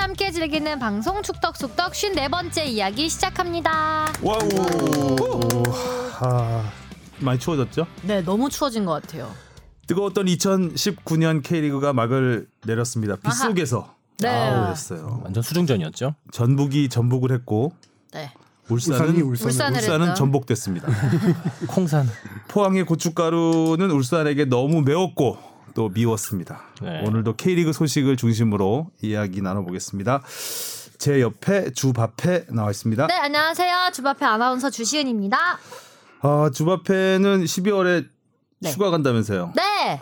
함께 즐기는 방송 축덕숙덕 54번째 이야기 시작합니다. 와우. 아, 많이 추워졌죠? 네, 너무 추워진 것 같아요. 뜨거웠던 2019년 K리그가 막을 내렸습니다. 빗속에서 네. 아우였어요. 완전 수중전이었죠. 전북이 전북을 했고 네. 울산은 울산을 울산은 했죠. 전복됐습니다. 콩산. 포항의 고춧가루는 울산에게 너무 매웠고 또 미웠습니다. 네. 오늘도 K리그 소식을 중심으로 이야기 나눠보겠습니다. 제 옆에 주밥에 나와 있습니다. 네, 안녕하세요. 주바페 아나운서 주시은입니다. 아, 주밥회는 12월에 네. 휴가 간다면서요? 네.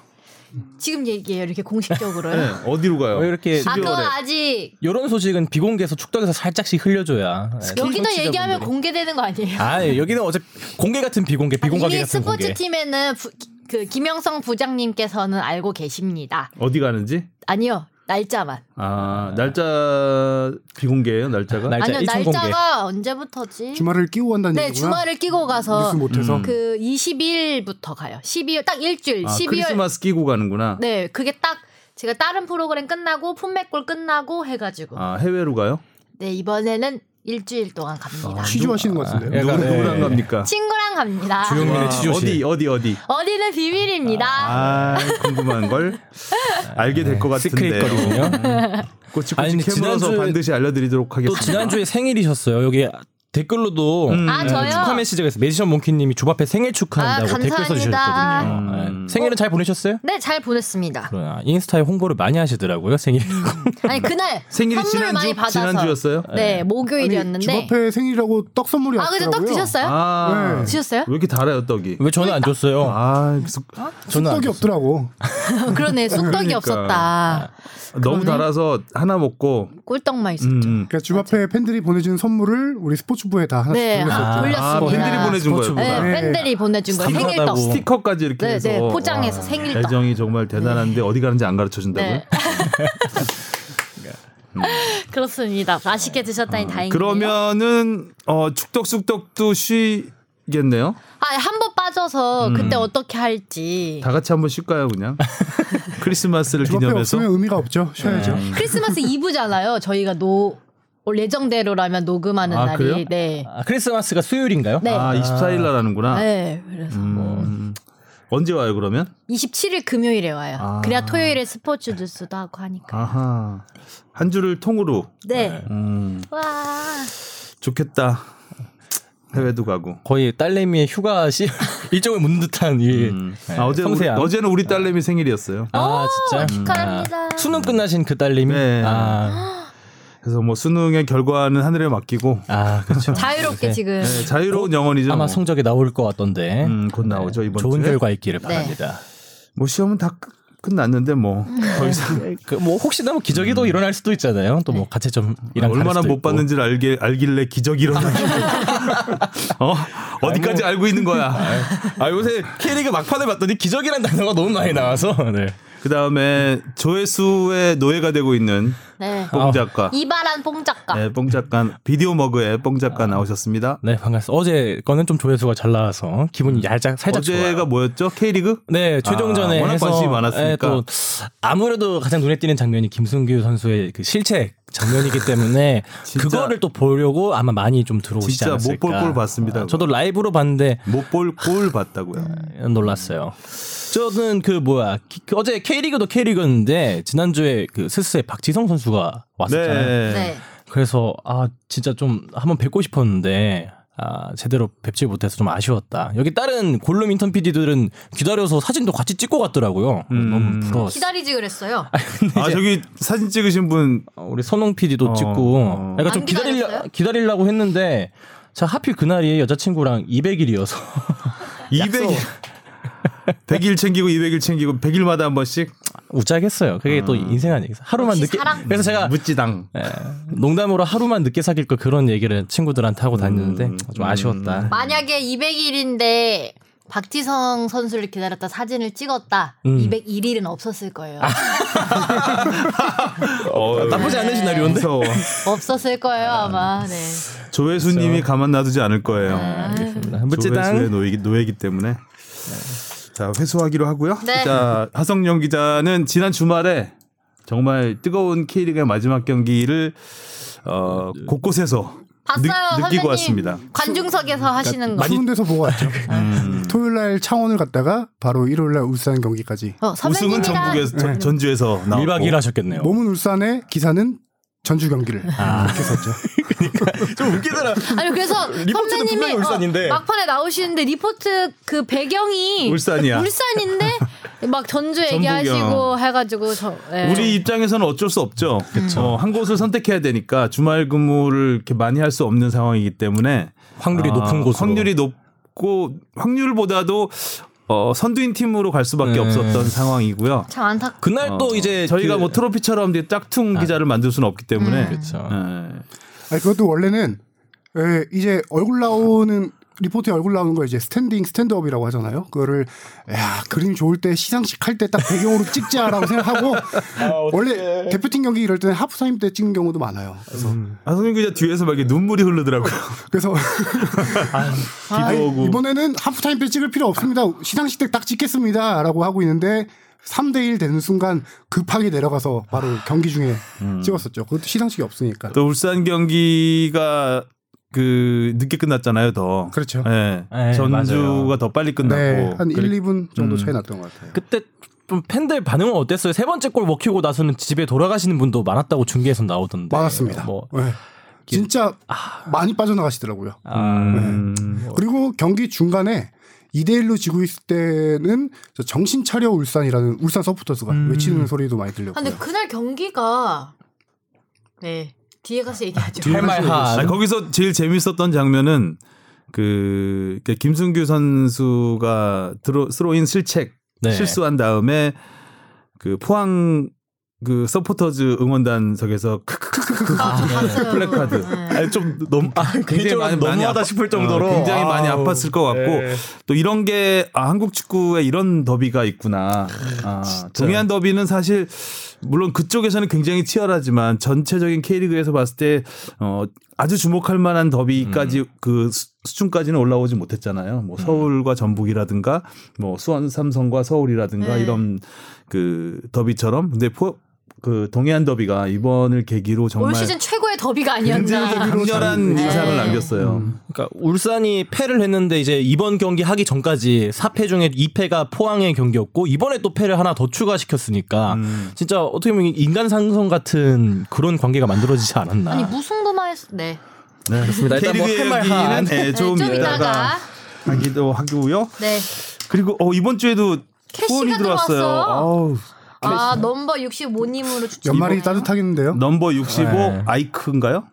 지금 얘기해요. 이렇게 공식적으로요. 네, 어디로 가요? 왜 이렇게- 아, 12월에. 그건 아직 이런 소식은 비공개에서 축덕에서 살짝씩 흘려줘야. 예, 여기는 청취자분들이. 얘기하면 공개되는 거 아니에요? 아 예, 여기는 어제 공개 같은 비공개, 비공개 아, 이미 같은 스포츠 공개. 팀에는 부- 그 김영성 부장님께서는 알고 계십니다. 어디 가는지? 아니요. 날짜만. 아, 날짜 비공개예요, 날짜가? 날짜 아니요. 일천 공개. 날짜가 언제부터지? 주말을 끼고 한다는 네, 얘기구나. 주말을 끼고 가서 뉴스 못해서. 그 20일부터 가요. 12월 딱 일주일. 아, 12월 크리스마스 끼고 가는구나. 네, 그게 딱 제가 다른 프로그램 끝나고 품맥골 끝나고 해가지고 아, 해외로 가요? 네 이번에는 일주일 동안 아, 갑니다. 아. 취조하시는 것 같은데요. 약간, 누구, 예, 누구랑 예. 갑니까? 친구랑 갑니다. 주영민의 아, 치조실. 어디, 어디, 어디? 어디는 비밀입니다. 아, 궁금한 걸 알게 될 것 같은데. 스크릿거리군요. 네, 아니, 꼬치꼬치 근데 캐물어서 지난주에- 반드시 알려드리도록 또 하겠습니다. 지난주에 생일이셨어요. 여기 댓글로도 음. 아, 예, 저요? 축하 메시지가 있어요. 매지션 몽키님이 주바페 생일 축하한다고 아, 댓글 감사합니다. 써주셨거든요. 예. 음. 생일은 잘 보내셨어요? 네, 잘 보냈습니다. 그러나 인스타에 홍보를 많이 하시더라고요. 생일. 아니 그날 생일이 선물 지난주? 많이 받아서 지난주였어요? 네, 아니, 목요일이었는데. 주바페 생일이라고 떡 선물이 아, 근데 왔더라고요. 떡 드셨어요? 아, 네. 드셨어요? 왜 이렇게 달아요, 떡이? 왜 저는 안 줬어요? 아, 그래서 저는 안 떡이 줬어요. 없더라고. 아, 그러네, 쑥떡이 그러니까. 없었다. 너무 달아서 하나 먹고. 꿀떡만 음, 있었죠. 음. 그러니까 주바페 팬들이 보내준 선물을 우리 스포츠부에 다 하나씩 네, 돌렸어요. 아, 아, 올렸습니다. 팬들이 보내준 거예요. 스포츠부가. 네, 그거. 네. 팬들이 보내준 거예요. 감사하다고. 뭐 생일떡. 스티커까지 이렇게 네, 해서 아. 네, 포장해서 생일떡. 애정이 정말 대단한데 어디 가는지 안 가르쳐 준다고요? 네. 네. 그렇습니다. 맛있게 드셨다니 음, 다행이네요. 그러면은 어, 축덕숙덕도 쉬겠네요. 아, 한 번 음. 빠져서 그때 어떻게 할지. 다 같이 한번 쉴까요, 그냥? 크리스마스를 주바페 기념해서. 없으면 의미가 없죠. 쉬어야죠. 음. 크리스마스 이브잖아요. 저희가 노 원래 예정대로라면 녹음하는 아, 날이 그래요? 네. 아, 크리스마스가 수요일인가요? 네. 아, 24일 날 하는구나. 네. 그래서 음, 언제 와요, 그러면? 27일 금요일에 와요. 아. 그래야 토요일에 스포츠 뉴스도 하고 하니까. 아하. 한 주를 통으로. 네. 음, 와. 좋겠다. 해외도 가고. 거의 딸내미의 휴가 시 일정을 묻는 듯한 이 음. 네, 아, 어제 우리, 섬세한. 어제는 우리 딸내미 생일이었어요. 아 진짜 축하합니다. 아, 수능 끝나신 그 딸님이 네. 아, 그래서 뭐 수능의 결과는 하늘에 맡기고 아 그렇죠. 자유롭게 네. 지금 네, 자유로운 영혼이죠. 어? 아마 뭐. 성적이 나올 것 같던데. 음, 곧 나오죠 이번 좋은 주에. 결과 있기를 네. 바랍니다. 뭐 시험은 다 끝- 끝났는데 뭐 거기서 그 뭐 혹시나 뭐 기저귀도 일어날 수도 있잖아요. 또 네. 뭐 가채점이랑 얼마나 못 봤는지를 알게 알길래 기적이 일어나지. 어 어디까지 알고 있는 거야. 아 요새 K리그 막판을 봤더니 기적이란 단어가 너무 많이 나와서 네. 그 다음에 조회수의 노예가 되고 있는 네. 뽕 작가, 이바란 아. 뽕 작가. 네, 뽕 작가 비디오 머그의 뽕 작가 나오셨습니다. 네 반갑습니다. 어제 거는 좀 조회수가 잘 나와서 기분이 얄짝 살짝 어제가 좋아요. 뭐였죠? K리그? 네, 최종전에 아, 워낙 해서 관심이 많았으니까. 예, 또 아무래도 가장 눈에 띄는 장면이 김승규 선수의 그 실책 장면이기 때문에 진짜- 그거를 또 보려고 아마 많이 좀 들어오시지 진짜 않았을까. 못볼골 봤습니다, 아, 저도 라이브로 봤는데 못 볼 골 봤다고요. 음. 놀랐어요. 저는 그 뭐야 기- 그 어제 K리그도 K리그였는데 지난주에 그 스스의 박지성 선수가 왔었잖아요. 네. 그래서 아 진짜 좀 한번 뵙고 싶었는데 아 제대로 뵙지 못해서 좀 아쉬웠다. 여기 다른 골룸 인턴 PD들은 기다려서 사진도 같이 찍고 갔더라고요. 음. 너무 부러웠어. 기다리지 그랬어요. 아 저기 사진 찍으신 분 어, 우리 선홍 PD도 어, 찍고 어. 약간 안 좀 기다리려 기다렸어요? 기다리려고 했는데 자 하필 그날이 여자친구랑 200일이어서 200일 100일 챙기고 200일 챙기고 100일마다 한 번씩 우짜겠어요. 그게 또 음. 인생 아니겠어. 하루만 역시 늦게 사랑. 그래서 제가 묻지당. 예, 농담으로 하루만 늦게 사귈 걸 그런 얘기를 친구들한테 음. 하고 다녔는데 음. 좀 아쉬웠다. 만약에 200일인데 박지성 선수를 기다렸다 사진을 찍었다. 음. 201일은 없었을 거예요. 아. 어, 나쁘지 않은 시나리오인데. 무서워. 없었을 거예요 아마. 네. 조혜수님이 그렇죠. 가만 놔두지 않을 거예요. 음. 조혜수의 묻지당 노예기, 노예기 때문에. 자 회수하기로 하고요. 네. 자 하성룡 기자는 지난 주말에 정말 뜨거운 K리그의 마지막 경기를 어, 네. 곳곳에서 느, 봤어요, 느끼고 선생님. 왔습니다. 관중석에서 그러니까 하시는 거. 추운 데서 보고 왔죠. 네. 음. 토요일 날 창원을 갔다가 바로 일요일 날 울산 경기까지. 어, 우승은 선배님이랑 전북에서 네. 전- 전주에서 나왔고 1박 2일 하셨겠네요. 뭐? 몸은 울산에 기사는 전주 경기를 이렇게 썼죠. 좀 웃기더라. 아니 그래서 리포트는 분명히 선배님이 어, 울산인데. 막판에 나오시는데 리포트 그 배경이 울산이야. 인데 막 전주 전북이야. 얘기하시고 해가지고 저 예. 우리 입장에서는 어쩔 수 없죠. 어, 한 곳을 선택해야 되니까 주말 근무를 이렇게 많이 할 수 없는 상황이기 때문에 확률이 아, 높은 곳으로. 확률이 높고 확률보다도 어, 선두인 팀으로 갈 수밖에 네. 없었던 상황이고요. 참 안타. 그날 어, 또 이제 저희가 그- 아. 음. 뭐 트로피처럼 이제 짝퉁 기자를 만들 수는 없기 때문에 그쵸. 예. 아니, 그것도 원래는 예, 이제 얼굴 나오는 리포트에 얼굴 나오는 걸 이제 스탠딩 스탠드업이라고 하잖아요. 그거를 야 그림 좋을 때 시상식 할 때 딱 배경으로 찍자라고 생각하고 아, 원래 대표팀 경기 이럴 때는 하프타임 때 찍는 경우도 많아요. 그래서 하성민 기자 뒤에서 막 이렇게 눈물이 흐르더라고요. 그래서 비도 오고. 이번에는 하프타임 때 찍을 필요 없습니다. 시상식 때 딱 찍겠습니다라고 하고 있는데 3대 1 되는 순간 급하게 내려가서 바로 경기 중에 찍었었죠. 그것도 시상식이 없으니까. 음. 또 울산 경기가 그 늦게 끝났잖아요, 더. 그렇죠. 예. 예, 전주가 맞아요. 더 빨리 끝났고. 음. 네, 한 그리- 1, 2분 정도 차이 났던 것 같아요. 그때 좀 팬들 반응은 어땠어요? 세 번째 골 먹히고 나서는 집에 돌아가시는 분도 많았다고 중계에서 나오던데. 많았습니다. 뭐 아. 네. 진짜 많이 빠져나가시더라고요. 음. 뭐. 그리고 경기 중간에 2대1로 지고 있을 때는 저 정신 차려 울산이라는 울산 서포터스가 음. 외치는 소리도 많이 들렸고. 아, 근데 그날 경기가 네 뒤에 가서 얘기하죠. 할말하 아니, 거기서 제일 재밌었던 장면은 그, 그 김승규 선수가 드로, 스로인 실책 네. 실수한 다음에 그 포항 그 서포터즈 응원단석에서 크크크크크 봤어요. 플래카드. 네. 아니 좀 너무 아, 굉장히 개인적으로 많이 많이 너무하다 아파- 싶을 정도로. 어, 굉장히 많이 아우. 아팠을 것 같고 네. 또 이런 게 아, 한국 축구에 이런 더비가 있구나. 아, 동해안 더비는 사실 물론 그쪽에서는 굉장히 치열하지만 전체적인 K리그에서 봤을 때 어, 아주 주목할 만한 더비까지 음. 그 수- 수준까지는 올라오지 못했잖아요. 뭐 서울과 전북이라든가 뭐 수원 삼성과 서울이라든가 네. 이런 그 더비처럼 근데 포, 그 동해안 더비가 이번을 계기로 정말 올 시즌 최고의 더비가 굉장히 아니었나. 강렬한 네. 인상을 남겼어요. 그러니까 울산이 패를 했는데 이제 이번 경기 하기 전까지 4패 중에 2패가 포항의 경기였고 이번에 또 패를 하나 더 추가시켰으니까 음. 진짜 어떻게 보면 인간 상성 같은 그런 관계가 만들어지지 않았나. 아니 뭐- 무승부만 했. 네. 네, 그렇습니다. 일단 뭐 K리그 할말 한. 얘기는 네, 네, 좀, 좀 이따가 이따가. 하기도 하고요. 네. 그리고 어, 이번 주에도 캐시가 후원이 들어왔어요. 들어왔어. 아우, 아 넘버 65님으로 추천. 연말이 따뜻하겠는데요. 넘버 65 네. 아이크인가요?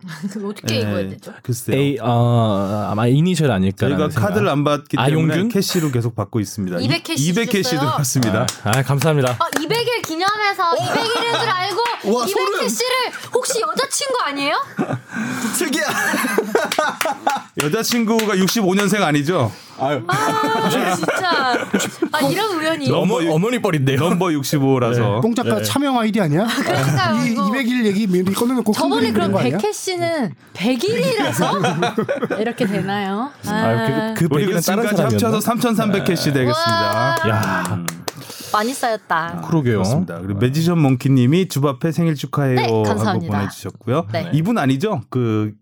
어떻게 예, 읽어야 되죠? 글쎄요. 에이, 어, 아마 이니셜 아닐까. 저희가 카드를 안 받기 때문에 아용균? 캐시로 계속 받고 있습니다. 200 캐시 200 캐시 주셨어요? 들어왔습니다. 아 감사합니다. 아, 200일 기념해서 200일인 줄 알고 200일 씨를 혹시 여자친구 아니에요? 특이야. 네. 여자친구가 65년생 아니죠? 아 진짜 아 이런 우연이 어머, 어머니 뻘인데요. 넘버 네. 65라서 뽕 작가 차명 아이디 아니야? 그러니까요, 이 이거. 200일 얘기 미리 꺼내놓고 저번에 흔들리는 그럼 거 아니야? 백혜 씨는 100일이라서 이렇게 되나요? 아, 아, 그, 그 우리가 백일은 다른 지금까지 사람이었나? 네. 합쳐서 3,300 캐시 되겠습니다. 와. 음. 야, 많이 쌓였다. 그러게요. 그렇습니다. 그리고 매지션 몽키님이 주바페 생일 축하해요 네, 하고 감사합니다. 보내주셨고요. 네. 이분 아니죠? 그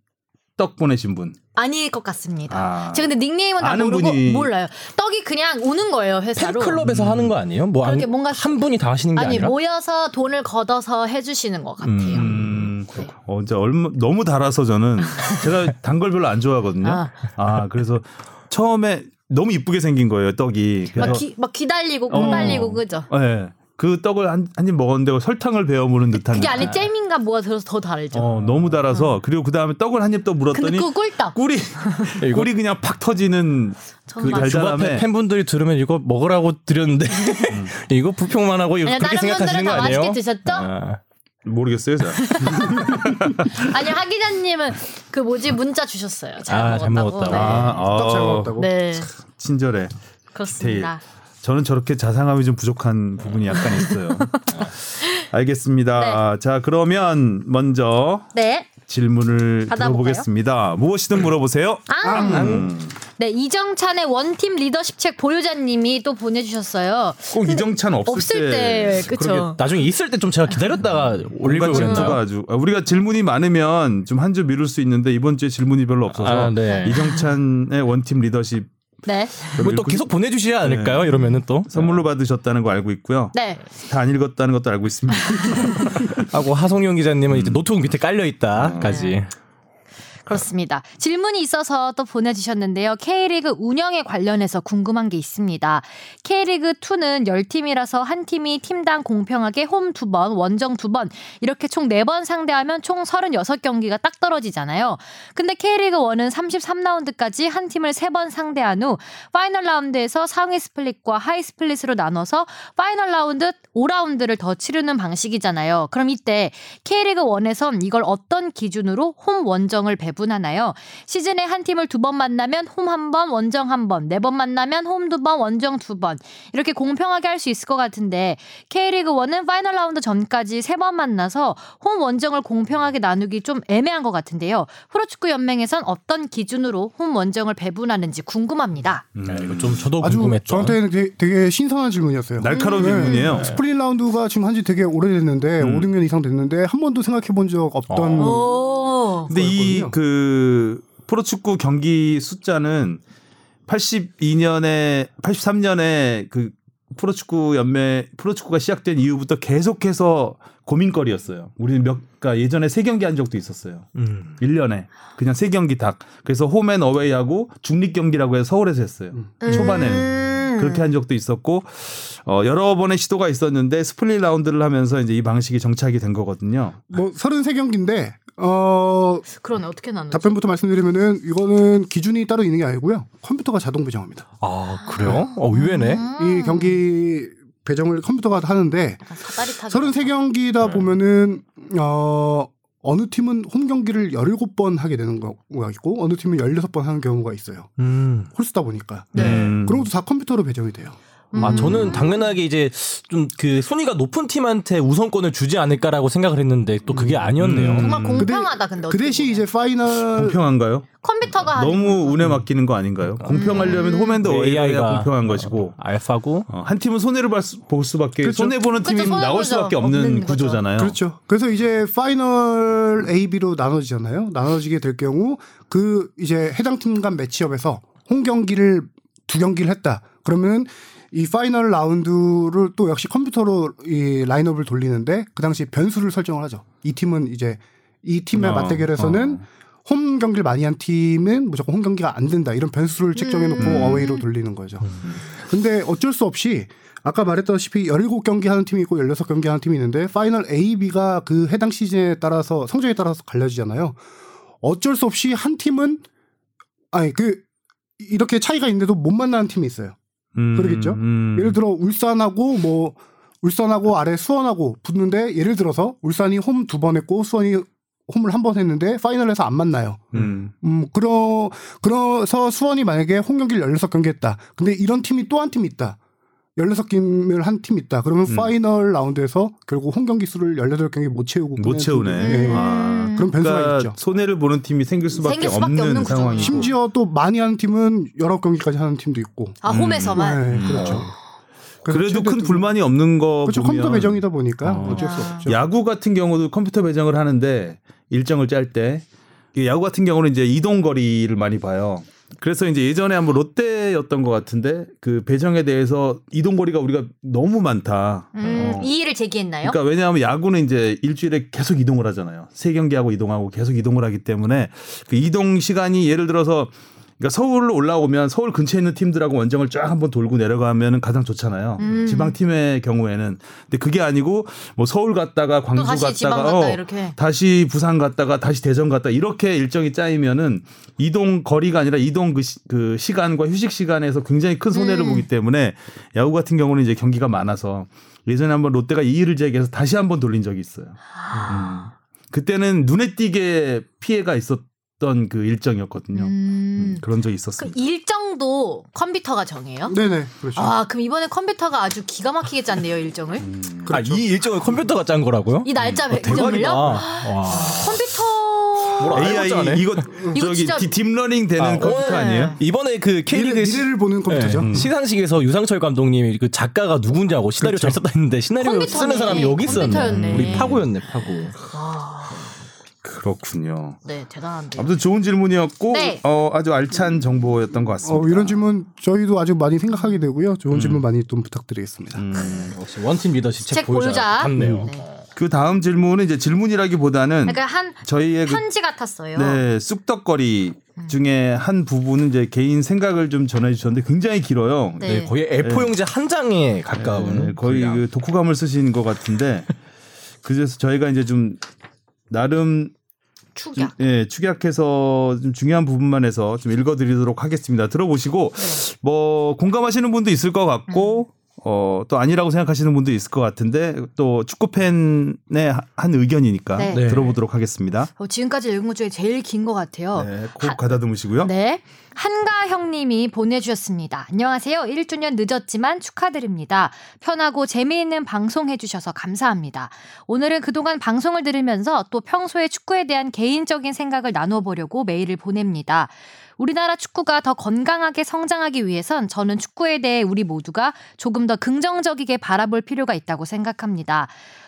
떡 보내신 분. 아닐 것 같습니다. 아. 제가 근데 닉네임은 다 아는 모르고 분이- 몰라요. 떡이 그냥 오는 거예요 회사로. 팬클럽에서 하는 거 아니에요? 뭐 안- 음. 그렇게 뭔가 한 분이 다 하시는 게 아니 뭐 아니, 라 모여서 돈을 걷어서 해주시는 것 같아요. 음, 어, 이제 얼마, 너무 달아서 저는 제가 단 걸 별로 안 좋아하거든요. 아, 아. 그래서 처음에 너무 이쁘게 생긴 거예요 떡이. 막, 그래서 기, 막 기다리고 어. 기다리고 그죠? 네, 그 떡을 한 입 먹었는데 설탕을 베어 무는 듯한. 그게 아. 느낌. 안에 잼인가 뭐가 들어서 더 다르죠. 어, 너무 달아서 그리고 그 다음에 떡을 한 입 더 근데 물었더니 그 꿀떡. 꿀이 예, 이거- 꿀이 그냥 팍 터지는 저는 그 맞아요. 달달함에. 팬분들이 들으면 이거 먹으라고 드렸는데 음. 이거 불평만 하고 이거 아니 그렇게 다른 생각하시는 분들은 거 다 아니에요? 맛있게 드셨죠? 아, 모르겠어요. 제가. 아니 하 기자님은 그 뭐지 문자 주셨어요. 잘 아, 잘 먹었다고. 먹었다고. 아. 네. 떡잘 아. 먹었다고. 네. 친절해. 그렇습니다. 저는 저렇게 자상함이 좀 부족한 부분이 약간 있어요. 알겠습니다. 자 그러면 먼저 네. 질문을 받아볼까요? 들어보겠습니다. 무엇이든 물어보세요. 아, 네, 이정찬의 원팀 리더십 책 보유자님이 또 보내주셨어요. 꼭 이정찬 없을, 없을 때, 그쵸. 나중에 있을 때 좀 제가 기다렸다가 음. 올리고 뭔가 질투가 그랬나요? 아주 아, 우리가 질문이 많으면 좀 한 주 미룰 수 있는데 이번 주에 질문이 별로 없어서 아, 네. 이정찬의 원팀 리더십 네. 이거 또 읽고- 계속 보내주시지 네. 않을까요? 이러면은 또 선물로 받으셨다는 거 알고 있고요. 네. 다 안 읽었다는 것도 알고 있습니다. 하고 하성룡 기자님은 음. 이제 노트북 밑에 깔려 있다까지. 그렇습니다. 질문이 있어서 또 보내주셨는데요. K리그 운영에 관련해서 궁금한 게 있습니다. K리그2는 10팀이라서 한 팀이 팀당 공평하게 홈 2번, 원정 2번, 이렇게 총 4번 상대하면 총 36경기가 딱 떨어지잖아요. 근데 K리그1은 33라운드까지 한 팀을 3번 상대한 후 파이널 라운드에서 상위 스플릿과 하위 스플릿으로 나눠서 파이널 라운드 5라운드를 더 치르는 방식이잖아요. 그럼 이때 K리그 1에선 이걸 어떤 기준으로 홈 원정을 배분하나요? 시즌에 한 팀을 두 번 만나면 홈 한 번, 원정 한 번, 네 번 만나면 홈 두 번, 원정 두 번. 이렇게 공평하게 할 수 있을 것 같은데 K리그 1은 파이널 라운드 전까지 세 번 만나서 홈 원정을 공평하게 나누기 좀 애매한 것 같은데요. 프로축구 연맹에선 어떤 기준으로 홈 원정을 배분하는지 궁금합니다. 네, 이거 좀 저도 음. 아주 궁금했죠. 저한테는 되게, 되게 신선한 질문이었어요. 네. 날카로운 질문이에요. 네. 스플릿 라운드가 지금 한지 되게 오래됐는데 음. 5, 6년 이상 됐는데 한 번도 생각해 본 적 어. 없던 뭐, 오. 근데 거였군요. 이 그 프로축구 경기 숫자는 82년에 83년에 그 프로축구 연맹 프로축구가 시작된 이후부터 계속해서 고민거리였어요. 우리는 몇 그러니까 예전에 세 경기 한 적도 있었어요. 음. 1년에 그냥 세 경기 딱. 그래서 홈앤 어웨이하고 중립 경기라고 해서 서울에서 했어요. 음. 초반에는. 음. 그렇게 한 적도 있었고 어, 여러 번의 시도가 있었는데 스플릿 라운드를 하면서 이제 이 방식이 정착이 된 거거든요. 뭐 33경기인데 어 그러네 어떻게 나누지? 답변부터 말씀드리면은 이거는 기준이 따로 있는 게 아니고요. 컴퓨터가 자동 배정합니다. 아 그래요? 어 의외네. 음. 이 경기 배정을 컴퓨터가 하는데 약간 사다리 타기. 33경기다 보면은 어 어느 팀은 홈 경기를 17번 하게 되는 경우가 있고 어느 팀은 16번 하는 경우가 있어요. 음. 홀수다 보니까. 네. 음. 그런 것도 다 컴퓨터로 배정이 돼요. 아 음. 저는 당연하게 이제 좀 그 순위가 높은 팀한테 우선권을 주지 않을까라고 생각을 했는데 또 그게 아니었네요. 음. 정말 공평하다 근데 그 어떻게 대신 보면. 이제 파이널 공평한가요? 컴퓨터가 하는 너무 운에 맡기는 거 아닌가요? 그러니까. 음. 공평하려면 홈앤드 그 AI가 어웨이가 공평한 것이고 알파고 어, 한 팀은 손해를 볼, 수, 볼 수밖에 아, 그렇죠. 손해 보는 그렇죠, 팀이 손해 나올 보죠. 수밖에 없는, 없는 거죠. 구조잖아요. 그렇죠. 그래서 이제 파이널 A, B로 나눠지잖아요. 나눠지게 될 경우 그 이제 해당 팀 간 매치업에서 홈 경기를 두 경기를 했다. 그러면 이 파이널 라운드를 또 역시 컴퓨터로 이 라인업을 돌리는데 그 당시 변수를 설정을 하죠. 이 팀은 이제 이 팀의 어, 맞대결에서는 홈 경기를 많이 한 팀은 무조건 홈 경기가 안 된다 이런 변수를 측정해 놓고 어웨이로 돌리는 거죠. 근데 어쩔 수 없이 아까 말했다시피 17경기 하는 팀이 있고 16경기 하는 팀이 있는데 파이널 A, B가 그 해당 시즌에 따라서 성적에 따라서 갈려지잖아요. 어쩔 수 없이 한 팀은 아니 그 이렇게 차이가 있는데도 못 만나는 팀이 있어요. 음, 그러겠죠. 음. 예를 들어 울산하고 뭐 울산하고 아래 수원하고 붙는데 예를 들어서 울산이 홈 두 번 했고 수원이 홈을 한 번 했는데 파이널에서 안 만나요. 음. 음, 그러, 그래서 수원이 만약에 홈 경기를 16경기 했다. 근데 이런 팀이 또 한 팀 있다. 16경기를 한 팀 있다. 그러면 음. 파이널 라운드에서 결국 홈 경기 수를 18경기 못 채우고. 못 채우네. 예. 아, 음. 그런 변수가 그러니까 음. 있죠. 손해를 보는 팀이 생길 수밖에, 음. 생길 수밖에 없는 없는 구조죠. 상황이고 심지어 또 많이 하는 팀은 19경기까지 하는 팀도 있고. 아 홈에서만 네, 그렇죠. 그래서 그래도 최대 큰 두- 불만이 없는 거 그렇죠. 보면 컴퓨터 배정이다 보니까 어. 어. 쩔수 없죠. 야구 같은 경우도 컴퓨터 배정을 하는데 일정을 짤 때 야구 같은 경우는 이제 이동 거리를 많이 봐요. 그래서 이제 예전에 한번 롯데였던 것 같은데 그 배정에 대해서 이동 거리가 우리가 너무 많다. 음, 어. 이의를 제기했나요? 그러니까 왜냐하면 야구는 이제 일주일에 계속 이동을 하잖아요. 세 경기하고 이동하고 계속 이동을 하기 때문에 그 이동 시간이 예를 들어서 그러니까 서울로 올라오면 서울 근처에 있는 팀들하고 원정을 쫙 한번 돌고 내려가면 은 가장 좋잖아요. 음. 지방 팀의 경우에는 근데 그게 아니고 뭐 서울 갔다가 광주 또 다시 갔다가 지방 갔다 어, 이렇게. 다시 부산 갔다가 다시 대전 갔다 이렇게 일정이 짜이면은 이동 거리가 아니라 이동 그, 시, 간과 휴식 시간에서 굉장히 큰 손해를 음. 보기 때문에 야구 같은 경우는 이제 경기가 많아서 예전에 한번 롯데가 이의를 제기해서 다시 한번 돌린 적이 있어요. 음. 그때는 눈에 띄게 피해가 있었던 그 일정이었거든요. 음, 음. 그런 적이 그 있었습니다. 일정도 컴퓨터가 정해요? 네네. 그렇죠. 아 그럼 이번에 컴퓨터가 아주 기가 막히게 짰네요 일정을. 아 이 일정을 컴퓨터가 짠 거라고요? 이 날짜 그렇죠. 대박이다. 배정을요? 와. 컴퓨터 뭘 AI 알고자 하네. 이거 이거 저기 진짜- 딥- 딥러닝 되는 아, 컴퓨터 오늘- 아니에요? 네. 이번에 그 미래, K리그 미래를 보는 컴퓨터죠. 네. 시상식에서 유상철 감독님이 그 작가가 누군지하고 시나리오 잘 썼다 했는데 시나리오 컴퓨터네. 쓰는 사람이 여기 있었네. 컴퓨터였네. 우리 파고였네 파고. 그렇군요. 네, 대단한데. 아무튼 좋은 질문이었고 네. 어, 아주 알찬 정보였던 것 같습니다. 어, 이런 질문 저희도 아주 많이 생각하게 되고요. 좋은 질문 많이 좀 부탁드리겠습니다. 역시 원팀 리더십 책, 책 보유자. 답네요. 네. 그 다음 질문은 이제 질문이라기보다는 그러니까 한 저희의 그 편지 같았어요. 음. 네, 쑥덕거리 중에 한 부분은 이제 개인 생각을 좀 전해 주셨는데 굉장히 길어요. 네. 네, 거의 A4 용지 한 장에 가까운 네, 거의 그 독후감을 쓰신 것 같은데 그래서 저희가 이제 좀 나름 좀, 축약. 예, 축약해서 좀 중요한 부분만 해서 좀 읽어드리도록 하겠습니다. 들어보시고 네. 뭐 공감하시는 분도 있을 것 같고 음. 어, 또 아니라고 생각하시는 분도 있을 것 같은데 또 축구 팬의 한 의견이니까 네. 네. 들어보도록 하겠습니다. 어, 지금까지 읽은 것 중에 제일 긴 것 같아요. 네, 꼭 가다듬으시고요. 어. 네. 한가 형님이 보내주셨습니다. 안녕하세요. 1주년 늦었지만 축하드립니다. 편하고 재미있는 방송 해주셔서 감사합니다. 오늘은 그동안 방송을 들으면서 또 평소에 축구에 대한 개인적인 생각을 나눠보려고 메일을 보냅니다. 우리나라 축구가 더 건강하게 성장하기 위해선 저는 축구에 대해 우리 모두가 조금 더 긍정적이게 바라볼 필요가 있다고 생각합니다.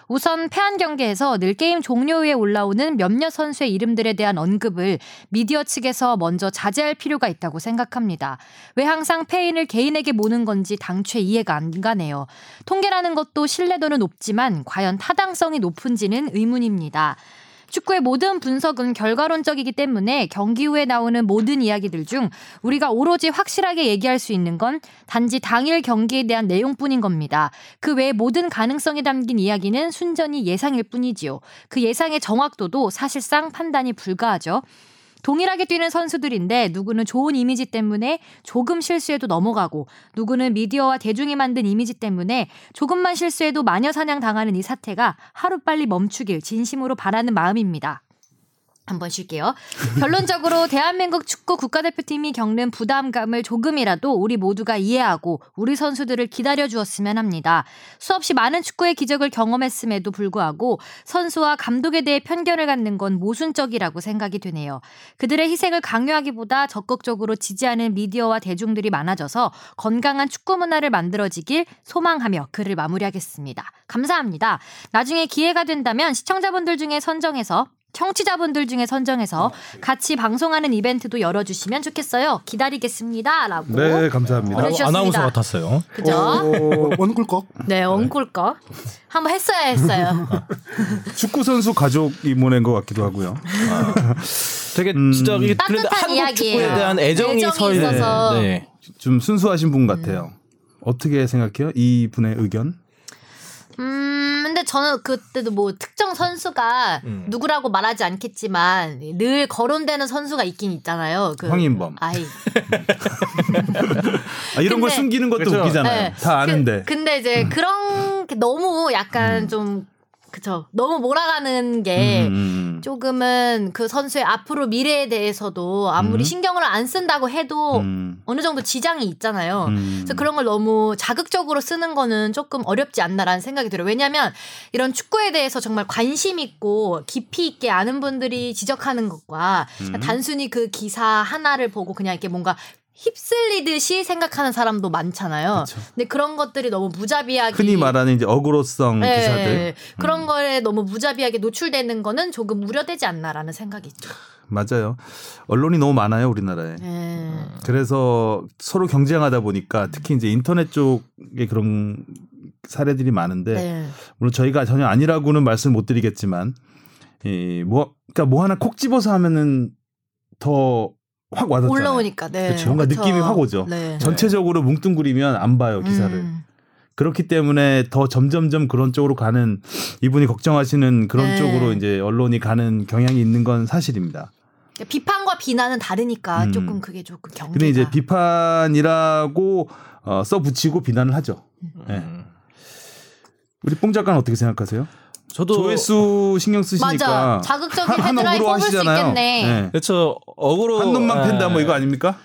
우선 패한 경기에서 늘 게임 종료 후에 올라오는 몇몇 선수의 이름들에 대한 언급을 미디어 측에서 먼저 자제할 필요가 있다고 생각합니다. 왜 항상 패인을 개인에게 모는 건지 당최 이해가 안 가네요. 통계라는 것도 신뢰도는 높지만 과연 타당성이 높은지는 의문입니다. 축구의 모든 분석은 결과론적이기 때문에 경기 후에 나오는 모든 이야기들 중 우리가 오로지 확실하게 얘기할 수 있는 건 단지 당일 경기에 대한 내용뿐인 겁니다. 그 외 모든 가능성이 담긴 이야기는 순전히 예상일 뿐이지요. 그 예상의 정확도도 사실상 판단이 불가하죠. 동일하게 뛰는 선수들인데 누구는 좋은 이미지 때문에 조금 실수해도 넘어가고 누구는 미디어와 대중이 만든 이미지 때문에 조금만 실수해도 마녀 사냥 당하는 이 사태가 하루빨리 멈추길 진심으로 바라는 마음입니다. 한번 쉴게요. 결론적으로 대한민국 축구 국가대표팀이 겪는 부담감을 조금이라도 우리 모두가 이해하고 우리 선수들을 기다려 주었으면 합니다. 수없이 많은 축구의 기적을 경험했음에도 불구하고 선수와 감독에 대해 편견을 갖는 건 모순적이라고 생각이 되네요. 그들의 희생을 강요하기보다 적극적으로 지지하는 미디어와 대중들이 많아져서 건강한 축구 문화를 만들어지길 소망하며 글을 마무리하겠습니다. 감사합니다. 나중에 기회가 된다면 시청자분들 중에 선정해서 청취자분들 중에 선정해서 같이 방송하는 이벤트도 열어주시면 좋겠어요. 기다리겠습니다라고. 네, 감사합니다. 오늘 보내주셨습니다. 아나운서 같았어요. 그죠? 어, 원꿀꺽. 네, 엉꿀거 한번 했어야 했어요. 축구 선수 가족이 보낸 것 같기도 하고요. 되게 음. 진짜 이게 그래도 따뜻한 한국 이야기예요. 축구에 대한 애정이, 애정이 서 있는. 있어서. 네. 좀 순수하신 분 같아요. 어떻게 생각해요? 이 분의 의견? 음, 근데 저는 그때도 뭐 특정 선수가 음. 누구라고 말하지 않겠지만 늘 거론되는 선수가 있긴 있잖아요. 그 황인범. 아이. 아, 이런 걸 근데- 숨기는 것도 그렇죠. 웃기잖아요. 네. 다 아는데. 음. 그, 근데 이제 그런 게 너무 약간 좀 그쵸. 너무 몰아가는 게 음. 조금은 그 선수의 앞으로 미래에 대해서도 아무리 신경을 안 쓴다고 해도 음. 어느 정도 지장이 있잖아요. 음. 그래서 그런 걸 너무 자극적으로 쓰는 거는 조금 어렵지 않나라는 생각이 들어요. 왜냐하면 이런 축구에 대해서 정말 관심 있고 깊이 있게 아는 분들이 지적하는 것과 음. 단순히 그 기사 하나를 보고 그냥 이렇게 뭔가 휩쓸리듯이 생각하는 사람도 많잖아요. 근데 그런 것들이 너무 무자비하게 흔히 말하는 이제 어그로성 예, 기사들 음. 예. 그런 거에 너무 무자비하게 노출되는 거는 조금 우려되지 않나라는 생각이 있죠. 맞아요. 언론이 너무 많아요 우리나라에. 예. 그래서 서로 경쟁하다 보니까 특히 이제 인터넷 쪽에 그런 사례들이 많은데 네. 물론 저희가 전혀 아니라고는 말씀 못 드리겠지만 이뭐 그러니까 뭐 하나 콕 집어서 하면은 더 확 와닿잖아요. 올라오니까 네. 그쵸. 뭔가 그쵸. 느낌이 확 오죠. 네. 전체적으로 뭉뚱그리면 안 봐요 기사를. 음. 그렇기 때문에 더 점점점 그런 쪽으로 가는 이분이 걱정하시는 그런 네. 쪽으로 이제 언론이 가는 경향이 있는 건 사실입니다. 그러니까 비판과 비난은 다르니까 음. 조금 그게 조금 경계가. 근데 이제 비판이라고 어, 써 붙이고 비난을 하죠. 예. 네. 우리 뽕 작가는 어떻게 생각하세요? 저도 조회수 신경 쓰시니까 맞아 자극적인 한- 한 헤드라인 억으로 뽑을 수 하시잖아요. 있겠네. 예. 그렇죠. 어그로 한 놈만 예. 팬다 뭐 이거 아닙니까?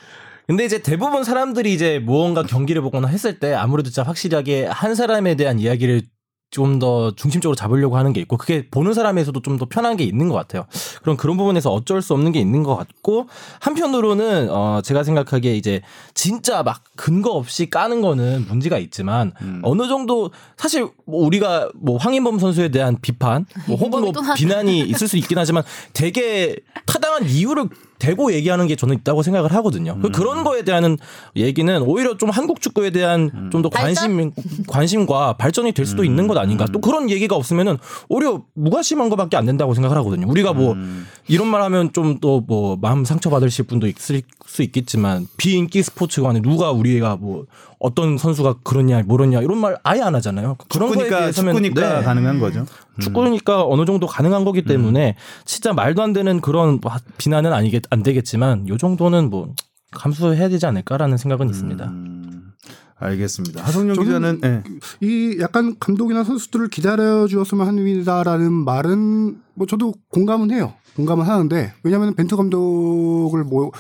근데 이제 대부분 사람들이 이제 무언가 경기를 보거나 했을 때 아무래도 진짜 확실하게 한 사람에 대한 이야기를 좀 더 중심적으로 잡으려고 하는 게 있고 그게 보는 사람에서도 좀 더 편한 게 있는 것 같아요. 그런 그런 부분에서 어쩔 수 없는 게 있는 것 같고 한편으로는 어 제가 생각하기에 이제 진짜 막 근거 없이 까는 거는 문제가 있지만 음. 어느 정도 사실 뭐 우리가 뭐 황인범 선수에 대한 비판 뭐 혹은 뭐 이범이 또 나왔다. 비난이 있을 수 있긴 하지만 되게 타당한 이유를 대고 얘기하는 게 저는 있다고 생각을 하거든요. 음. 그 그런 거에 대한 얘기는 오히려 좀 한국 축구에 대한 음. 좀 더 관심 관심과 발전이 될 수도 있는 것 아닌가. 음. 또 그런 얘기가 없으면은 오히려 무관심한 것밖에 안 된다고 생각을 하거든요. 우리가 뭐 음. 이런 말 하면 좀 또 뭐 마음 상처 받으실 분도 있을 수 있겠지만 비인기 스포츠관에 누가 우리가 뭐 어떤 선수가 그러냐 모르냐 이런 말 아예 안 하잖아요. 그런 거에 축구니까 대해서는 축구니까 네. 가능한 거죠. 축구니까 어느 정도 가능한 거기 때문에 진짜 말도 안 되는 그런 와- 비난은 아니겠 안 되겠지만 요 정도는 뭐 감수해야 되지 않을까라는 생각은 있습니다. 음, 알겠습니다. 하성룡 저는- 기자는 예. 이 약간 감독이나 선수들을 기다려 주었으면 하는 일이다라는 말은 뭐 저도 공감은 해요. 공감은 하는데 왜냐하면 벤투 감독을 뭐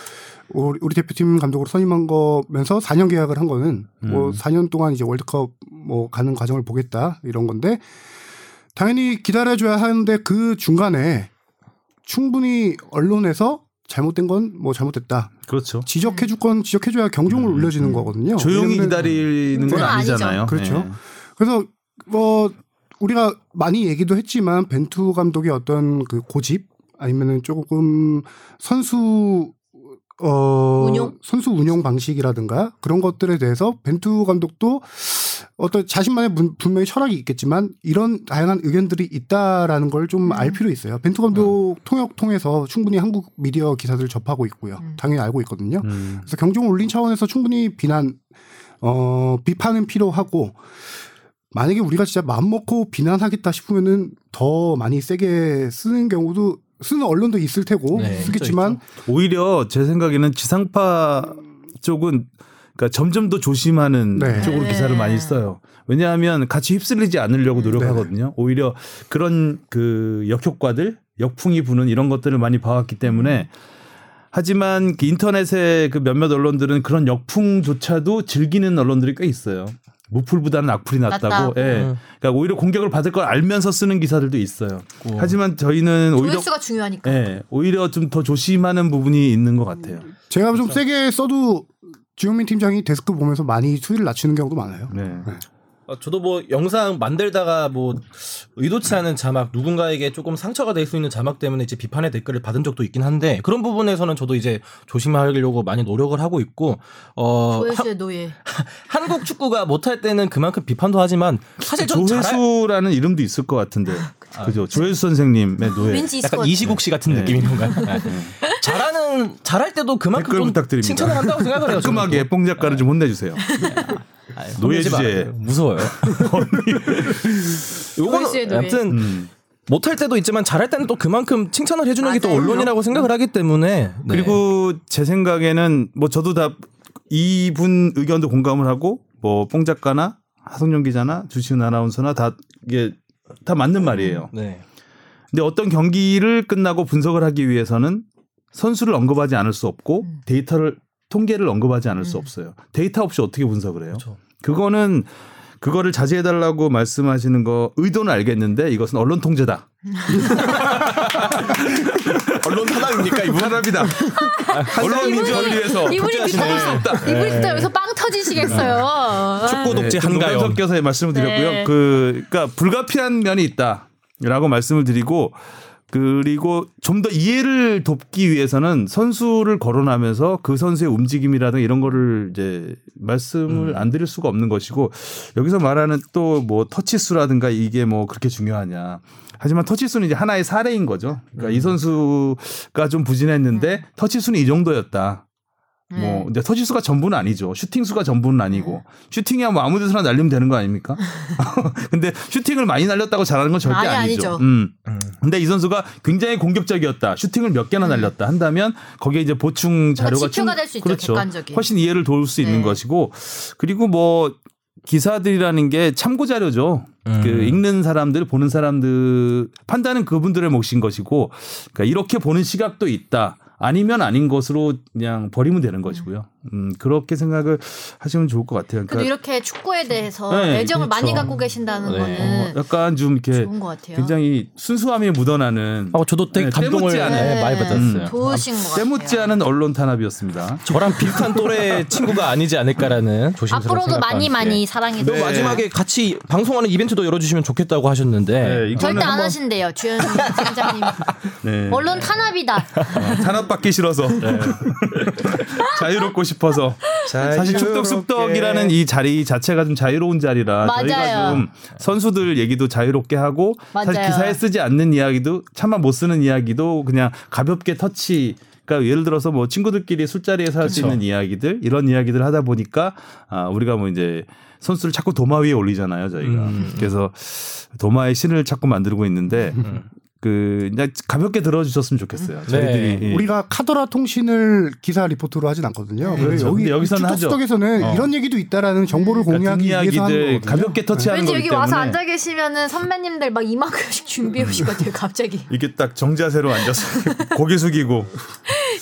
우리 우리 대표팀 감독으로 선임한 거면서 4년 계약을 한 거는 음. 뭐 4년 동안 이제 월드컵 뭐 가는 과정을 보겠다 이런 건데 당연히 기다려줘야 하는데 그 중간에 충분히 언론에서 잘못된 건 뭐 잘못됐다 그렇죠. 지적해줄 건 지적해줘야 경종을 울려지는 거거든요. 음, 조용히 왜냐면은 기다리는 건 그건 아니죠. 아니잖아요. 그렇죠. 예. 그래서 뭐 우리가 많이 얘기도 했지만 벤투 감독의 어떤 그 고집 아니면은 조금 선수 어 운용? 선수 운영 방식이라든가 그런 것들에 대해서 벤투 감독도 어떤 자신만의 문- 분명히 철학이 있겠지만 이런 다양한 의견들이 있다라는 걸 좀 음. 알 필요 있어요. 벤투 감독 통역 통해서 충분히 한국 미디어 기사들 접하고 있고요. 당연히 알고 있거든요. 음. 그래서 경종을 울린 차원에서 충분히 비난 어 비판은 필요하고 만약에 우리가 진짜 마음 먹고 비난하겠다 싶으면은 더 많이 세게 쓰는 경우도 쓰는 언론도 있을 테고 네, 쓰겠지만 오히려 제 생각에는 지상파 쪽은 그러니까 점점 더 조심하는 네. 쪽으로 네. 기사를 많이 써요. 왜냐하면 같이 휩쓸리지 않으려고 노력하거든요. 오히려 그런 그 역효과들, 역풍이 부는 이런 것들을 많이 봐왔기 때문에 하지만 그 인터넷의 그 몇몇 언론들은 그런 역풍조차도 즐기는 언론들이 꽤 있어요. 무풀보다는 악플이 낫다고. 낫다. 음. 예. 그러니까 오히려 공격을 받을 걸 알면서 쓰는 기사들도 있어요. 하지만 저희는 오히려 음. 조회수가 중요하니까. 음. 예, 오히려 좀 더 조심하는 부분이 있는 것 같아요. 제가 그렇죠. 좀 세게 써도 주영민 팀장이 데스크 보면서 많이 수위를 낮추는 경우도 많아요. 네. 어, 저도 뭐 영상 만들다가 뭐 의도치 않은 자막 누군가에게 조금 상처가 될 수 있는 자막 때문에 이제 비판의 댓글을 받은 적도 있긴 한데 그런 부분에서는 저도 이제 조심하려고 많이 노력을 하고 있고 어 하- 조회수의 네. 노예. 한국 축구가 못할 때는 그만큼 비판도 하지만 사실 전 잘할 아, 조회수라는 이름도 있을 것 같은데. 그죠. 조회수 선생님의 노예. 왠지 있을 것 약간 같아. 이시국 씨 네. 같은 느낌인 건가요? 네. 잘하는 잘할 때도 그만큼 댓글 좀 부탁드립니다. 칭찬을 한다고 생각을 해요. 저는. 깔끔하게 뽕 작가를 좀 혼내주세요. 네. 아이, 노예 혼내지 주제에. 말아요. 무서워요. 노예수의 요거는 노예. 아무튼 음. 못할 때도 있지만 잘할 때는 또 그만큼 칭찬을 해주는 게 또 맞아요. 언론이라고 생각을 하기 때문에 네. 그리고 제 생각에는 뭐 저도 다 이분 의견도 공감을 하고 뭐 뽕 작가나 하성룡 기자나 주시은 아나운서나 다 이게 다 맞는 말이에요. 네. 근데 어떤 경기를 끝나고 분석을 하기 위해서는 선수를 언급하지 않을 수 없고 음. 데이터를 통계를 언급하지 않을 수 없어요. 데이터 없이 어떻게 분석을 해요? 그렇죠. 그거는 그거를 자제해 달라고 말씀하시는 거 의도는 알겠는데 이것은 언론 통제다. 언론 사람입니까 이분? 사람이다. 언론 민주화를 위해서 이분이 독재하시는 듣다 수 없다. 이분이 듣다 여기서 빵 터지시겠어요. 축구 독재 네, 좀 한가요? 농담 섞여서 말씀을 드렸고요. 네. 그 그러니까 불가피한 면이 있다라고 말씀을 드리고 그리고 좀 더 이해를 돕기 위해서는 선수를 거론하면서 그 선수의 움직임이라든가 이런 거를 이제 음. 말씀을 안 드릴 수가 없는 것이고 여기서 말하는 또 뭐 터치수라든가 이게 뭐 그렇게 중요하냐. 하지만 터치수는 이제 하나의 사례인 거죠. 그러니까 이 선수가 좀 부진했는데 음. 터치수는 이 정도였다. 뭐 근데 터치수가 전부는 아니죠. 슈팅수가 전부는 아니고 음. 슈팅이야 뭐 아무 데서나 날리면 되는 거 아닙니까? 근데 슈팅을 많이 날렸다고 잘하는 건 절대 아니, 아니죠. 아니죠. 음. 근데 이 선수가 굉장히 공격적이었다. 슈팅을 몇 개나 날렸다 한다면 거기에 이제 보충 자료가 음. 지표가 충- 될수 있죠, 그렇죠. 객관적인. 훨씬 이해를 도울 수 있는 네. 것이고 그리고 뭐 기사들이라는 게 참고 자료죠. 그 읽는 사람들, 보는 사람들 판단은 그분들의 몫인 것이고, 그러니까 이렇게 보는 시각도 있다. 아니면 아닌 것으로 그냥 버리면 되는 것이고요. 음, 그렇게 생각을 하시면 좋을 것 같아요. 그래도 그러니까 이렇게 축구에 대해서 네, 애정을 그렇죠. 많이 갖고 계신다는 네. 거는 어, 약간 좀 이렇게 좋은 것 같아요. 네. 굉장히 순수함이 묻어나는 아, 저도 되게 네, 감동을 때묻지 음. 않은. 네, 많이 받았어요. 좋으신 것 같아요. 때묻지 않은 언론 탄압이었습니다. 저랑 비슷한 또래 친구가 아니지 않을까라는 조심스러운 앞으로도 생각과 많이 함께. 많이 사랑해 또 네. 주세요. 마지막에 같이 방송하는 이벤트도 열어주시면 좋겠다고 하셨는데 네, 이거는 절대 안 한번- 하신대요, 주현승 팀장님. 네. 언론 탄압이다. 아, 산업받기 싫어서 네. 자유롭고 싶어서 사실 자유롭게. 축덕숙덕이라는 이 자리 자체가 좀 자유로운 자리라 저희가 맞아요. 좀 선수들 얘기도 자유롭게 하고 사실 맞아요. 기사에 쓰지 않는 이야기도 차마 못 쓰는 이야기도 그냥 가볍게 터치 그러니까 예를 들어서 뭐 친구들끼리 술자리에서 할 수 있는 이야기들 이런 이야기들 하다 보니까 아 우리가 뭐 이제 선수를 자꾸 도마 위에 올리잖아요 저희가 음. 그래서 도마의 신을 자꾸 만들고 있는데 음. 그 그냥 가볍게 들어주셨으면 좋겠어요 저희들이 예. 네. 우리가 카더라 통신을 기사 리포트로 하진 않거든요. 그래서 그렇죠. 근데 여기 여기서는 하죠. 수덕에서는 어. 이런 얘기도 있다라는 정보를 그러니까 공유하기 위해서 하는 뒷이야기들 거거든요. 가볍게 터치하는 왠지 거기 여기 때문에 와서 앉아 계시면은 선배님들 막 이만큼씩 준비해 오실 것 같아요, 갑자기. 이게 딱 정자세로 앉아서 고개 숙이고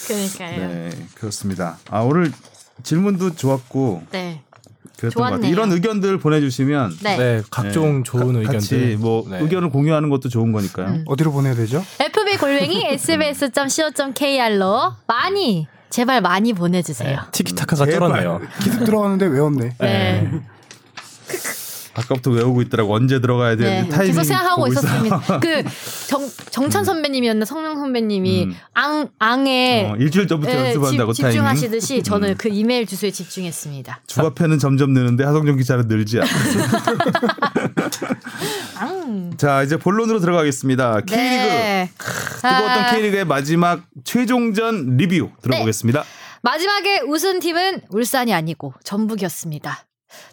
그러니까요. 네. 네 그렇습니다 아 오늘 질문도 좋았고 그랬던 것 같아요 좋았네요. 이런 의견들 보내주시면 네. 네, 각종 좋은 의견들 같이 뭐 네. 의견을 공유하는 것도 좋은 거니까요 음. 어디로 보내야 되죠? FB 골뱅이 sbs.co.kr로 많이 제발 많이 보내주세요. 티키타카가 제발. 쩔었네요. 기습 들어가는데 외웠네. 네. 아까부터 외우고 있더라고 언제 들어가야 네. 되는지 타이밍 계속 생각하고 보고 있어요. 음. 있었습니다. 그 정, 정찬 선배님이었나 성명 선배님이 앙 앙에 어, 일주일 전부터 예, 연습한다고 집, 타이밍 음. 집중하시듯이 저는 그 이메일 주소에 집중했습니다. 주바페는 점점 느는데 하성준 기자는 늘지 않고 앙. 자 이제 본론으로 들어가겠습니다 K리그 네. 뜨거웠던 아, K리그의 마지막 최종전 리뷰 들어보겠습니다. 네. 마지막에 우승 팀은 울산이 아니고 전북이었습니다.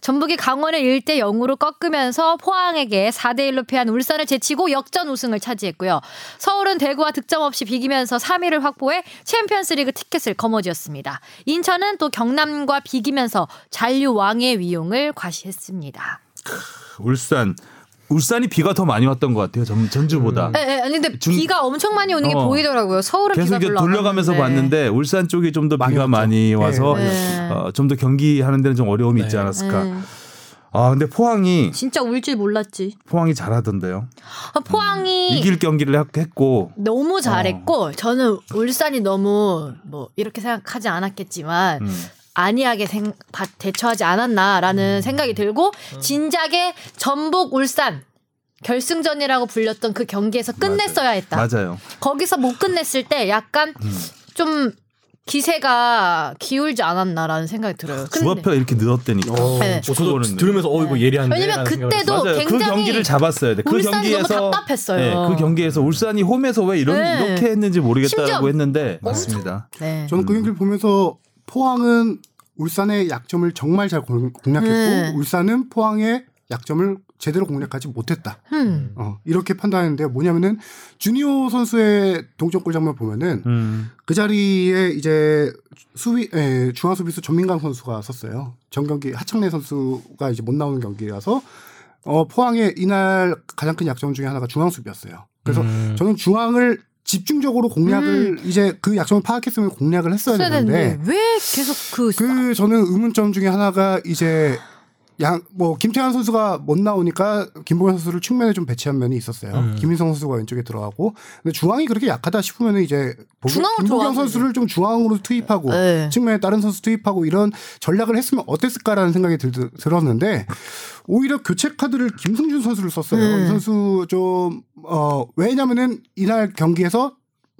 전북이 강원을 1대 0으로 꺾으면서 포항에게 4대 1로 패한 울산을 제치고 역전 우승을 차지했고요. 서울은 대구와 득점 없이 비기면서 3위를 확보해 챔피언스리그 티켓을 거머쥐었습니다. 인천은 또 경남과 비기면서 잔류 왕의 위용을 과시했습니다. 울산 울산이 비가 더 많이 왔던 것 같아요. 전, 전주보다. 예, 예, 아니 근데 중- 비가 엄청 많이 오는 게 어. 보이더라고요. 서울은 계속 비가 이렇게 별로 안 돌려가면서 왔는데. 봤는데 울산 쪽이 좀 더 비가 왔죠. 많이 와서 네. 어, 좀 더 경기하는 데는 좀 어려움이 있지 않았을까. 네. 아 근데 포항이 진짜 울 줄 몰랐지. 포항이 잘하던데요. 아, 포항이 음. 이길 경기를 했- 했고 너무 잘했고 저는 울산이 너무 뭐 이렇게 생각하지 않았겠지만 안이하게 생- 바- 대처하지 않았나라는 생각이 들고 진작에 전북 울산 결승전이라고 불렸던 그 경기에서 끝냈어야 했다. 맞아요. 거기서 못 끝냈을 때 약간 좀 기세가 기울지 않았나라는 생각이 아, 들어요. 근데- 주합표가 이렇게 늘었다니까. 네. 어, 저도 그거는 들으면서 어 이거 예리한데. 왜냐면 라는 생각을 그때도 맞아요. 그 굉장히 경기를 잡았어야 돼. 그 울산이 너무 경기에서 답답했어요. 그 경기에서 울산이 홈에서 왜 이런 네. 이렇게 했는지 모르겠다라고 심지어 했는데 맞습니다. 네. 저는 그 경기를 보면서 포항은 울산의 약점을 정말 잘 공- 공략했고 네. 울산은 포항의 약점을 제대로 공략하지 못했다. 음. 어, 이렇게 판단했는데 뭐냐면은 주니오 선수의 동점골 장면 보면은 음. 그 자리에 이제 수비 에, 중앙 수비수 전민강 선수가 섰어요. 전 경기 하창래 선수가 이제 못 나오는 경기라서 어, 포항의 이날 가장 큰 약점 중에 하나가 중앙 수비였어요. 그래서 저는 중앙을 집중적으로 공략을 이제 그 약점을 파악했으면 공략을 했어야 써야 되는데 되는데 왜 계속 그, 그 저는 의문점 중에 하나가 이제 양 뭐 김태환 선수가 못 나오니까 김보현 선수를 측면에 좀 배치한 면이 있었어요. 음. 김인성 선수가 왼쪽에 들어가고 근데 중앙이 그렇게 약하다 싶으면 이제 보- 중앙으로 김보경 들어가는데. 선수를 좀 중앙으로 투입하고 네. 측면에 다른 선수 투입하고 이런 전략을 했으면 어땠을까라는 생각이 들, 들었는데 오히려 교체 카드를 김승준 선수를 썼어요. 음. 이 선수 좀어 왜냐면은 이날 경기에서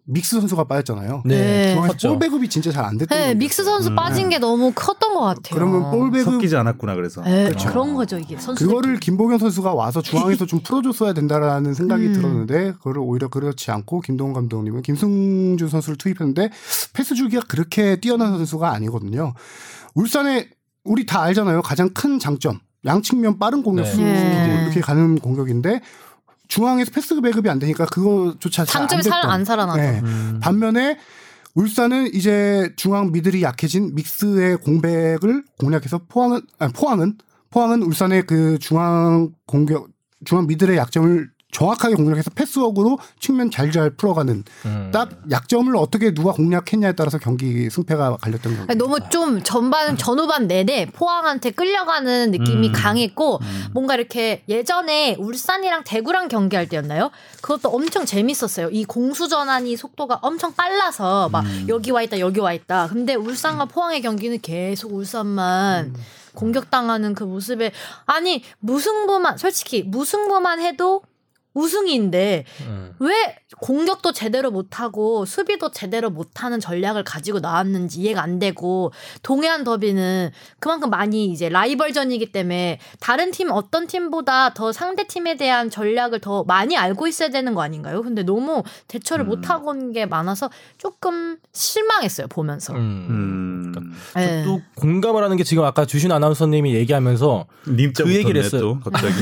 믹스 선수가 빠졌잖아요. 네. 중앙에서 컸죠. 볼 배급이 진짜 잘 안 됐던 네, 경기였어요. 믹스 선수 빠진 게 너무 컸던 것 같아요. 그러면 볼 배급 섞이지 않았구나 그래서. 예, 그런 거죠 이게 선수. 아, 그렇죠. 그거를 김보경 선수가 와서 중앙에서 좀 풀어줬어야 된다라는 생각이 음. 들었는데 그거를 오히려 그렇지 않고 김동훈 감독님은 김승준 선수를 투입했는데 패스 주기가 그렇게 뛰어난 선수가 아니거든요. 울산의 우리 다 알잖아요. 가장 큰 장점 양측면 빠른 공격 네. 수비 네. 이렇게 가는 공격인데 중앙에서 패스 배급이 안 되니까 그거조차 잘안 장점이 살- 됐던. 안 살아나죠. 네. 음. 반면에 울산은 이제 중앙 미들이 약해진 믹스의 공백을 공략해서 포항은 아니, 포항은 포항은 울산의 그 중앙 공격 중앙 미들의 약점을 정확하게 공략해서 패스웍으로 측면 잘잘 풀어가는 음. 딱 약점을 어떻게 누가 공략했냐에 따라서 경기 승패가 갈렸던 경기. 아니, 그러니까 너무 좀 전반 전후반 내내 포항한테 끌려가는 느낌이 음. 강했고 뭔가 이렇게 예전에 울산이랑 대구랑 경기할 때였나요? 그것도 엄청 재밌었어요. 이 공수 전환이 속도가 엄청 빨라서 막 음. 여기 와 있다 여기 와 있다. 근데 울산과 포항의 경기는 계속 울산만 음. 공격당하는 그 모습에 아니 무승부만 솔직히 무승부만 해도 우승인데 음. 왜 공격도 제대로 못하고 수비도 제대로 못하는 전략을 가지고 나왔는지 이해가 안 되고 동해안 더비는 그만큼 많이 이제 라이벌전이기 때문에 다른 팀 어떤 팀보다 더 상대 팀에 대한 전략을 더 많이 알고 있어야 되는 거 아닌가요? 근데 너무 음. 대처를 못하고 온 게 많아서 조금 실망했어요 보면서. 음. 그러니까 예. 또 공감을 하는 게 지금 아까 주신 아나운서님이 얘기하면서 님자 그 얘기를 붙었네, 했어요. 또 갑자기.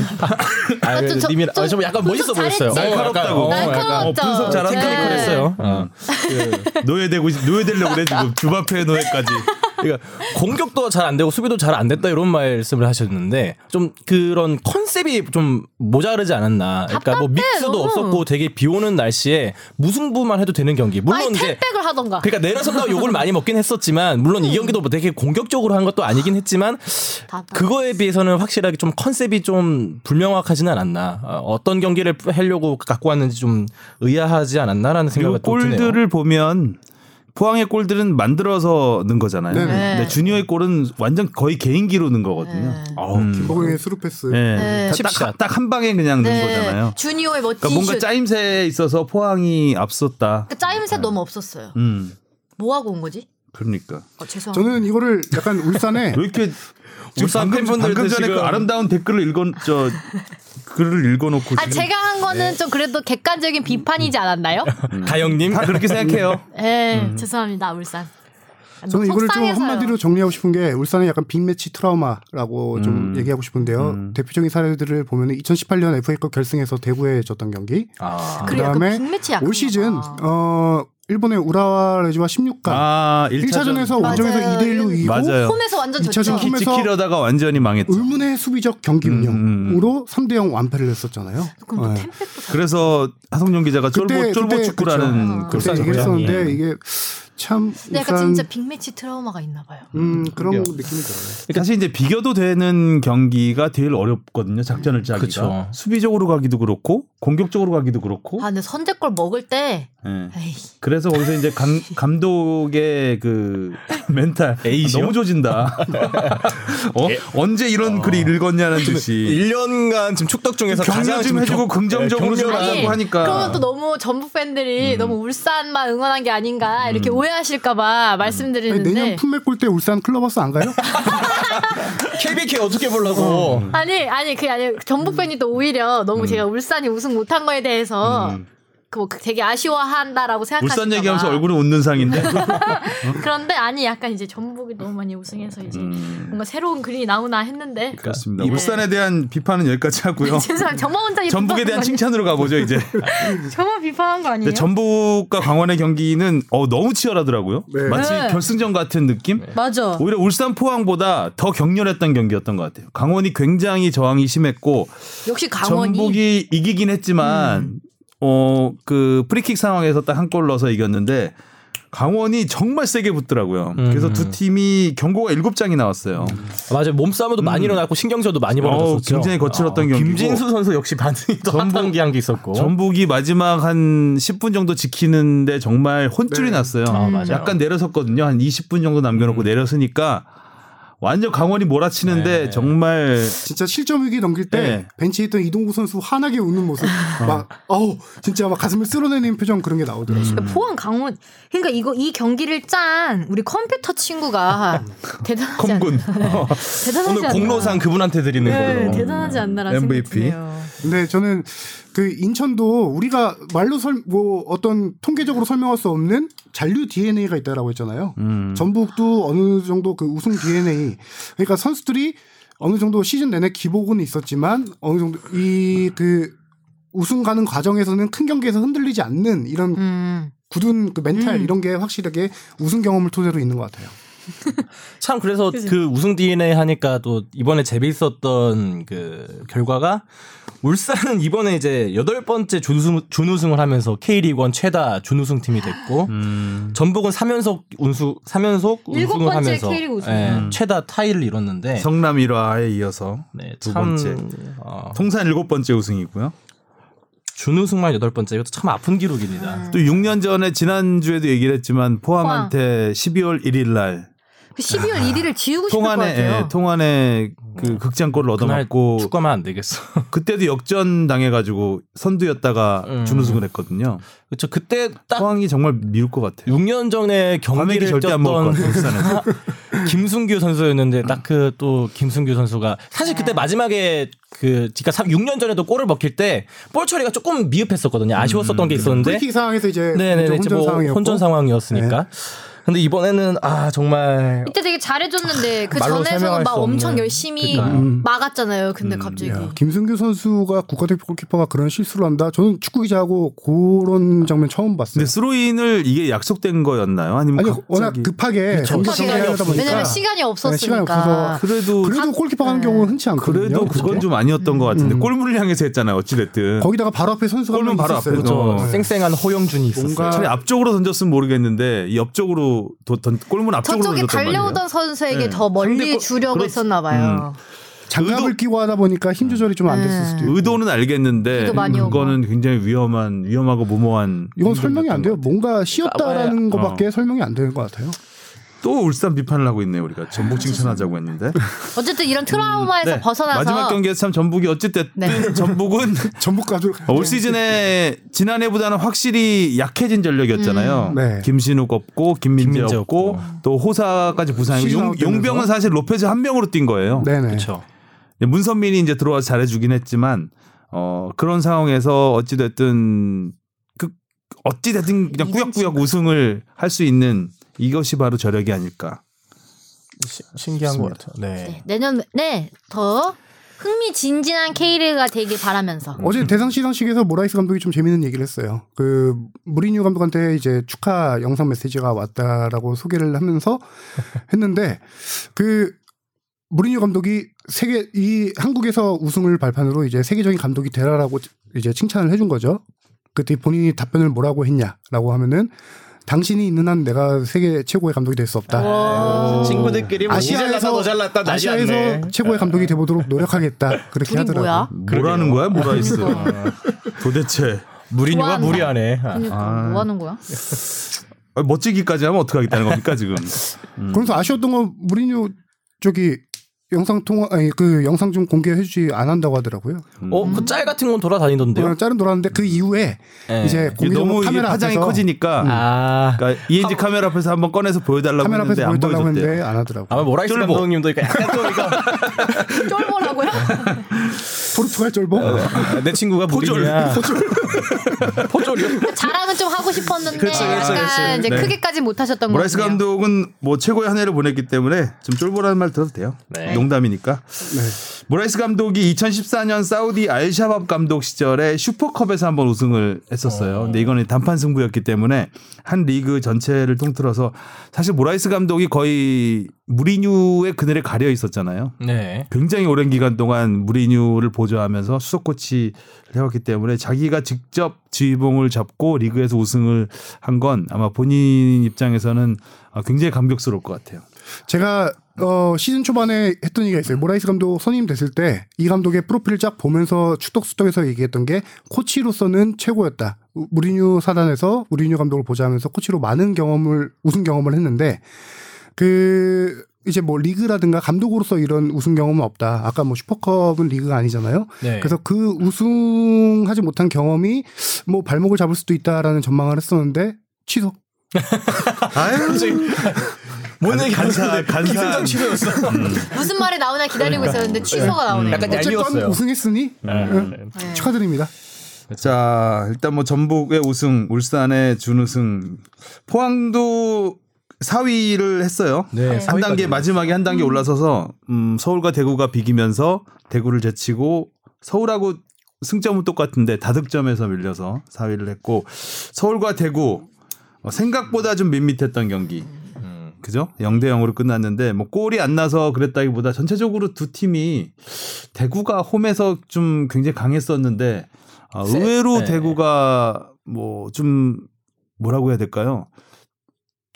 아, 좀그 저- 님이 아, 좀 좀 약간 분석 멋있어 보였어요. 잘했지? 날카롭다고. 날카롭죠. 어, 분석 잘한다. 네. 그러니까 그랬어요. 그 그랬어요. 어. 노예되고 싶- 노예되려고 그래 지금 주바페 노예까지. 그러니까 공격도 잘 안 되고 수비도 잘 안 됐다 이런 말씀을 하셨는데 좀 그런 컨셉이 좀 모자르지 않았나. 그러니까 뭐 답답해, 어. 믹스도 너무. 없었고 되게 비 오는 날씨에 무승부만 해도 되는 경기. 물론 아니 이제 탭백을 하던가. 그러니까 내려선다고 욕을 많이 먹긴 했었지만 물론 이 경기도 뭐 되게 공격적으로 한 것도 아니긴 했지만 답답. 그거에 비해서는 확실하게 좀 컨셉이 좀 불명확하지는 않았나 어, 어떤 경기를 하려고 갖고 왔는지 좀 의아하지 않았나라는 그리고 생각이 또 드네요. 골들을 보면 포항의 골들은 만들어서 넣은 거잖아요. 네. 네. 근데 주니어의 골은 완전 거의 개인기로 넣은 거거든요. 네. 아우, 김보경의 스루패스. 네. 딱한 방에 그냥 넣은 거잖아요. 예. 주니어의 멋진 그러니까 뭔가 슛. 짜임새에 있어서 포항이 앞섰다. 그 짜임새 너무 없었어요. 음, 뭐 하고 온 거지? 그러니까 어, 죄송합니다. 저는 이거를 약간 울산에 왜 이렇게 지금 울산 방금, 팬분들도 방금 전에 지금- 그 아름다운 댓글을 읽어 저 글을 읽어놓고 아 지금 제가 한 거는 네. 좀 그래도 객관적인 비판이지 음. 않았나요? 음. 가영님 다 그렇게 생각해요. 예, 죄송합니다 울산. 저는 이거를 좀 속상해서요. 한마디로 정리하고 싶은 게 울산의 약간 빅매치 트라우마라고 좀 얘기하고 싶은데요. 대표적인 사례들을 보면 2018년 FA컵 결승에서 대구에 졌던 경기. 아, 그리고 약간 그다음에 빅매치 약간 올 시즌 아. 어 일본의 우라와 레즈와 16강 아 그러니까 1차전에서 원정에서 맞아요. 2대 1로 이기고 맞아요. 홈에서 완전 어, 이차 좋죠. 전 홈에- 지키려다가 완전히 망했죠. 의문의 수비적 경기 운영으로 3대 0 완패를 했었잖아요. 그럼 또 네. 템백도 그래서 하성룡 기자가 쫄보 그때- 쫄보 그때- 축구라는 그쵸. 글 그때 울산 얘기했었는데 고향이. 이게 참 근데 네, 약간 울산 진짜 빅매치 트라우마가 있나 봐요. 음 그런 느낌이 들어요. 사실 이제 비교도 되는 경기가 제일 어렵거든요. 작전을 짜기가 그쵸. 수비적으로 가기도 그렇고 공격적으로 가기도 그렇고. 아 근데 선제골 먹을 때 예. 에이, 그래서 거기서 이제 감, 감독의 그 멘탈 에이지요? 너무 조진다. 어? 언제 이런 글이 읽었냐는 듯이 1년간 그 지금 축덕 중에서 격려 가장 좀 해주고 긍정적으로 좀 격려를- 하자고 하니까. 그러면 또 너무 전북 음. 팬들이 너무 울산만 응원한 게 아닌가 이렇게 오해하실까봐 음. 아니, 말씀드리는데 내년 품맥 골때 울산 클럽버스 안 가요? KBK 어떻게 보려고 아니 아니 그게 아니에요 음. 전북 팬이 또 오히려 너무 제가 울산이 우승 못한 거에 대해서 음. 그뭐 되게 아쉬워한다라고 생각하시나 울산 얘기하면서 봐. 네. 얼굴은 웃는 상인데. 그런데 아니 약간 이제 전북이 너무 많이 우승해서 이제 뭔가 새로운 글이 나오나 했는데 음. 그렇습니다. 울산에 대한 비판은 여기까지 하고요. 죄송합니다 정말 혼자 전북에 네. 비판한 대한 거 네. 칭찬으로 가보죠 이제. 아니에요? 저만 비판한 거 아니에요? 근데 전북과 강원의 경기는 어, 너무 치열하더라고요. 네. 마치 네. 결승전 같은 느낌. 맞아 오히려 울산 포항보다 더 격렬했던 경기였던 것 같아요. 강원이 굉장히 저항이 심했고 역시 강원이 음. 전북이 이기긴 했지만 어 그 프리킥 상황에서 딱 한 골 넣어서 이겼는데 강원이 정말 세게 붙더라고요. 그래서 두 음. 팀이 경고가 일곱 장이 나왔어요. 맞아요 몸싸움도 많이 일어났고 신경전도 많이 음. 벌어졌었죠 굉장히 거칠었던 아, 경기고. 김진수 선수 역시 반응이 또 핫한 기한게 있었고 전북이 마지막 한 10분 정도 지키는데 정말 혼쭐이 네. 났어요. 아, 맞아요. 음. 약간 내려섰거든요. 한 20분 정도 남겨놓고 내려서니까 완전 강원이 몰아치는데 네. 정말 진짜 실점 위기 넘길 때 네. 벤치에 있던 이동구 선수 환하게 웃는 모습 막 어우 진짜 막 가슴을 쓸어내는 표정 그런 게 나오더라고요. 포항 강원 그러니까 이거 이 경기를 짠 우리 컴퓨터 친구가 대단하지 않나 컴군 네. 대단하지 오늘 않나. 공로상 그분한테 드리는 네, 음. 걸로 대단하지 않나라는 생각이 MVP. 드네요. 근데 저는 그 인천도 우리가 말로 설 뭐 어떤 통계적으로 설명할 수 없는 잔류 DNA가 있다라고 했잖아요. 음. 전북도 어느 정도 그 우승 DNA 그러니까 선수들이 어느 정도 시즌 내내 기복은 있었지만 어느 정도 이 그 우승 가는 과정에서는 큰 경기에서 흔들리지 않는 이런 음. 굳은 그 멘탈 이런 게 확실하게 우승 경험을 토대로 있는 것 같아요. 참 그래서 그 우승 DNA 하니까 또 이번에 재미있었던 그 결과가 울산은 이번에 이제 여덟 번째 준우승, 준우승을 하면서 K리그 원 최다 준우승 팀이 됐고 음. 전북은 3연속 운수 3연속 일곱 번째 우승을 하면서 K리그 우승. 예, 최다 타이를 이뤘는데 음. 성남 1화에 이어서 네, 두 참, 번째. 어, 통산 일곱 번째 우승이고요. 준우승만 여덟 번째 이것도 참 아픈 기록입니다. 음. 또 6년 전에 지난주에도 얘기를 했지만 포항한테 12월 1일 날 그 12월 1일을 지우고 싶을 것 아, 통안에 같아요. 예, 통안에 그 극장골을 어, 그날 얻어맞고 축구하면 안 되겠어. 그때도 역전 당해가지고 선두였다가 음. 준우승을 했거든요. 그렇죠. 그때 딱 포항이 정말 미울 것 같아요. 6년 전에 과메기 경기를 절대 안 먹을 것 뛰었던 같아요. 울산에서. 김승규 선수였는데 딱 그 또 김승규 선수가 사실 그때 마지막에 그 그러니까 6년 전에도 골을 먹힐 때 볼 처리가 조금 미흡했었거든요. 아쉬웠었던 게 있었는데 음. 프리킥 상황에서 이제 네. 네네 혼전 이제 뭐 상황이었고 네. 혼전 상황이었으니까. 근데 이번에는 아 정말 이때 되게 잘해줬는데 그 말로 전에서는 설명할 막 수 없는. 엄청 열심히 그러니까요. 음. 막았잖아요. 근데 갑자기 네. 야, 김승규 선수가 국가대표 골키퍼가 그런 실수를 한다. 저는 축구 기자하고 그런 장면 처음 봤어요. 근데 스로인을 이게 약속된 거였나요? 아니면 아니 네, 갑자기 그렇죠. 워낙 급하게 그쵸. 정규 급하게 경기를 하다 없으니까. 보니까 왜냐면 시간이 네, 시간이 없어서 없었으니까. 그래도 그래도 골키퍼 하는 경우는 흔치 않거든요. 그래도 그건 그죠? 좀 아니었던 것 같은데 골문을 향해서 했잖아요. 어찌됐든 그렇죠. 거기다가 바로 앞에 선수가 골문 한명 바로 있었어요. 네. 앞에 그렇죠. 어. 쌩쌩한 허영준이 있었어요. 뭔가- 차라리 앞쪽으로 던졌으면 모르겠는데 이 옆쪽으로 도- 던, 골문 앞쪽으로 저쪽에 던졌단 말이에요. 달려오던 선수에게 네. 더 멀리 상대 골- 주려고 그렇- 했었나 음. 봐요. 장갑을 끼고 하다 보니까 힘 조절이 좀 안 네. 됐을 수도 있고. 의도는 알겠는데 이거 많이 그거는 굉장히 위험한 위험하고 무모한 이건 설명이 안 돼요. 뭔가 쉬었다라는 까봐야- 것밖에 설명이 안 되는 것 같아요. 또 울산 비판을 하고 있네요. 우리가 전북 칭찬하자고 했는데 어쨌든 이런 트라우마에서 네. 벗어나서 마지막 경기에서 참 전북이 어쨌든 네. 전북은 전북 가족 올 시즌에 지난해보다는 확실히 약해진 전력이었잖아요. 음. 네. 김신욱 없고 김민재, 김민재 없고 없고. 또 호사까지 부상이고 시즌 용, 아웃 되면서. 용병은 사실 로페즈 한 명으로 뛴 거예요. 네네. 그렇죠. 문선민이 이제 들어와서 잘해주긴 했지만 어 그런 상황에서 어찌됐든 그 어찌됐든 그냥 꾸역꾸역 우승을 할 수 있는 이것이 바로 저력이 아닐까. 시- 신기한 것 같아요. 네, 네. 내년에 더 흥미진진한 K리그가 되길 바라면서 음, 음. 어제 대상 시상식에서 모라이스 감독이 좀 재밌는 얘기를 했어요. 그 무리뉴 감독한테 이제 축하 영상 메시지가 왔다라고 소개를 하면서 했는데 그 무리뉴 감독이 세계 이 한국에서 우승을 발판으로 이제 세계적인 감독이 되라라고 이제 칭찬을 해준 거죠. 그때 본인이 답변을 뭐라고 했냐라고 하면은 당신이 있는 한 내가 세계 최고의 감독이 될 수 없다. 와. 친구들끼리 뭐 어, 아시아에서 너 잘났다 난리 났네. 아시아에서 최고의 감독이 되보도록 노력하겠다. 그렇게 둘이 하더라고요. 아, 그러니까. 뭐야? 뭐라는 거야 모라이스? 아, 도대체 무리뉴가 좋아한다. 무리하네. 아. 그러니까 뭐 하는 거야? 아, 멋지기까지 하면 어떻게 하겠다는 겁니까 지금? 음. 그래서 아쉬웠던 건 무리뉴 저기 영상 통화 아니 그 영상 좀 공개해주지 안 한다고 하더라고요. 네. 어, 그 짤 같은 건 돌아다니던데요. 그냥 짤은 돌았는데 그 이후에 예. 이제 음. 이게 공개적으로 너무 이게 카메라 파장이 앞에서 커지니까 아. 그러니까 ENG 카메라 앞에서 한번 꺼내서 보여달라고 카메라 했는데 앞에서 안 보여달라고 보여줬대요. 했는데 안 하더라고. 아마 요 모라이스 뭐. 쫄보. 감독님도 이거 약간 또 이거 네. 쫄보라고요? 포르투갈 쫄보. 네. 내 친구가 무리냐. 포졸이요? 자랑은 좀 하고 싶었는데 그렇지, 그렇지, 약간 그렇지. 이제 네. 크게까지 못 하셨던 거 모라이스 같아요. 감독은 뭐 최고의 한 해를 보냈기 때문에 좀 쫄보라는 말 들어도 돼요. 네. 농담이니까. 네. 모라이스 감독이 2014년 사우디 알샤밥 감독 시절에 슈퍼컵에서 한번 우승을 했었어요. 근데 이거는 단판 승부였기 때문에 한 리그 전체를 통틀어서 사실 모라이스 감독이 거의 무리뉴의 그늘에 가려 있었잖아요. 네. 굉장히 오랜 기간 동안 무리뉴를 보조하면서 수석 코치를 해왔기 때문에 자기가 직접 지휘봉을 잡고 리그에서 우승을 한 건 아마 본인 입장에서는 아, 굉장히 감격스러울 것 같아요. 제가 어 시즌 초반에 했던 얘기가 있어요. 모라이스 감독 선임 됐을 때 이 감독의 프로필을 쫙 보면서 축덕수덕에서 얘기했던 게 코치로서는 최고였다. 우- 무리뉴 사단에서 무리뉴 감독을 보자면서 코치로 많은 경험을 우승 경험을 했는데 그 이제 뭐 리그라든가 감독으로서 이런 우승 경험은 없다. 아까 뭐 슈퍼컵은 리그가 아니잖아요. 네. 그래서 그 우승하지 못한 경험이 뭐 발목을 잡을 수도 있다라는 전망을 했었는데 취소. 뭔 얘기 하는데 간사- 음. 기승전 치료였어. 무슨 말이 나오나 기다리고 그러니까. 있었는데 취소가 나오네요. 약간 어쨌건 얄미웠어요. 우승했으니 네. 축하드립니다. 자, 일단 뭐 전북의 우승, 울산의 준우승, 포항도 4위를 했어요. 네, 한 단계 마지막에 한 단계 올라서서 음, 서울과 대구가 비기면서 대구를 제치고 서울하고 승점은 똑같은데 다득점에서 밀려서 4위를 했고 서울과 대구 어, 생각보다 좀 밋밋했던 경기. 그죠? 0대 0으로 끝났는데 뭐 골이 안 나서 그랬다기보다 전체적으로 두 팀이 대구가 홈에서 좀 굉장히 강했었는데 아, 세- 의외로 네. 대구가 뭐 좀 뭐라고 해야 될까요?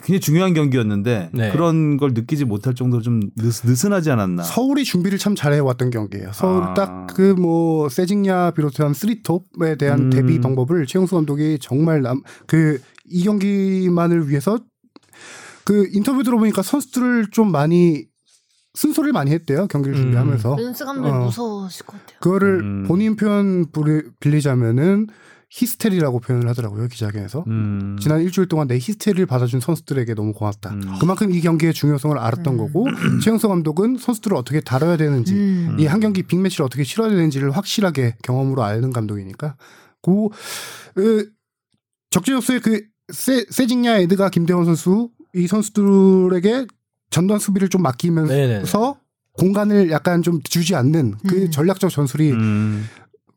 굉장히 중요한 경기였는데 네. 그런 걸 느끼지 못할 정도로 좀 느스, 느슨하지 않았나. 서울이 준비를 참 잘해왔던 경기예요. 서울 아. 딱 그 뭐 세징야 비롯한 쓰리톱에 대한 음. 대비 방법을 최영수 감독이 정말 남 그 이 경기만을 위해서 그 인터뷰 들어보니까 선수들을 좀 많이 순소를 많이 했대요 경기를 음. 준비하면서 윤수 감독 어. 무서우실 것 같아요. 그거를 음. 본인 표현 부리- 빌리자면은 히스테리라고 표현을 하더라고요 기자회견에서 음. 지난 일주일 동안 내 히스테리를 받아준 선수들에게 너무 고맙다. 음. 그만큼 이 경기의 중요성을 알았던 음. 거고 최영수 감독은 선수들을 어떻게 다뤄야 되는지 음. 이 한 경기 빅매치를 어떻게 치러야 되는지를 확실하게 경험으로 아는 감독이니까 고 으, 적재적소의 그 세, 세징야 에드가 김대원 선수 이 선수들에게 전단 수비를 좀 맡기면서 네네. 공간을 약간 좀 주지 않는 그 음. 전략적 전술이 음.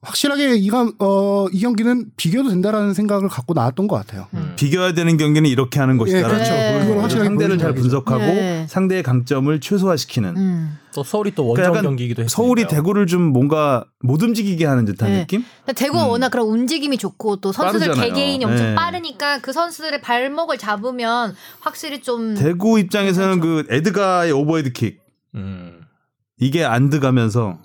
확실하게 이감 어이 경기는 비교도 된다라는 생각을 갖고 나왔던 것 같아요. 비교해야 되는 경기는 이렇게 하는 것이다. 그렇죠. 네. 그걸 그걸 확실하게 상대를 보여준 잘 경기죠. 분석하고 네. 상대의 강점을 최소화시키는 음. 또 서울이 또 그러니까 원정 약간 경기이기도 했어요. 서울이 대구를 좀 뭔가 못 움직이게 하는 듯한 네. 느낌? 근데 대구가 워낙 그런 움직임이 좋고 또 선수들 음. 빠르잖아요. 개개인이 엄청 네. 빠르니까 그 선수들의 발목을 잡으면 확실히 좀 대구 입장에서는 그렇죠. 그 에드가의 오버헤드킥 음. 이게 안 들어가면서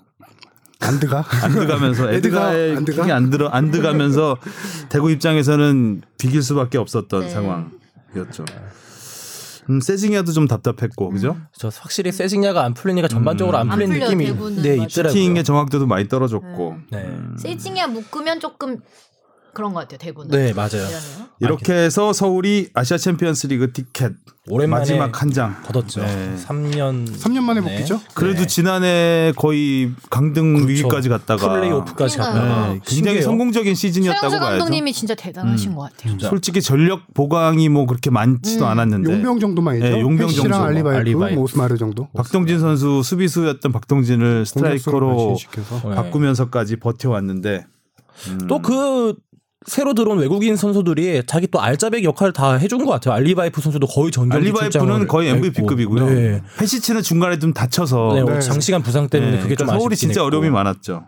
안드가 안 들어가면서 에드가 에드가의 안 들어가? 킥이 안 들어 안 들어가면서 대구 입장에서는 비길 수밖에 없었던 네. 상황이었죠. 음, 세징야도 좀 음. 답답했고 그죠? 저 확실히 세징야가 안 풀리니까 전반적으로 안 안 풀린 풀려요, 느낌이 대구는. 네, 맞아요. 음. 있더라고요. 슈팅의 음. 정확도도 많이 떨어졌고 네. 세징야 묶으면 조금 그런 것 같아요 대구는. 네, 맞아요. 미안해요. 이렇게 해서 서울이 아시아 챔피언스리그 티켓 오랜만에 마지막 한 장. 걷었죠. 네. 3년 3년 만에 복귀죠? 그래도 네. 지난해 거의 강등 위기까지 갔다가 그렇죠. 플레이오프까지 그러니까요. 갔다가 네, 굉장히 신기해요. 성공적인 시즌이었다고 음. 최영수 봐야죠. 감독님이 진짜 대단하신 것 같아요. 진짜. 솔직히 전력 보강이 뭐 그렇게 음. 많지도 않았는데 용병 정도만이죠. 네, 용병 랑 정도. 알리바이프, 뭐, 알리바이프. 오스마르 정도. 박동진 선수 수비수였던 박동진을 스트라이커로 시켜서 네. 바꾸면서까지 버텨왔는데 아, 음. 또 그 새로 들어온 외국인 선수들이 자기 또 알짜배기 역할을 다 해준 것 같아요. 알리바이프 선수도 거의 전격 알리바이프는 거의 MVP급이고요. 네. 페시치는 중간에 좀 다쳐서 네, 네. 장시간 부상 네, 때문에 그게 좀 그러니까 서울이 아쉽긴 진짜 했고. 어려움이 많았죠.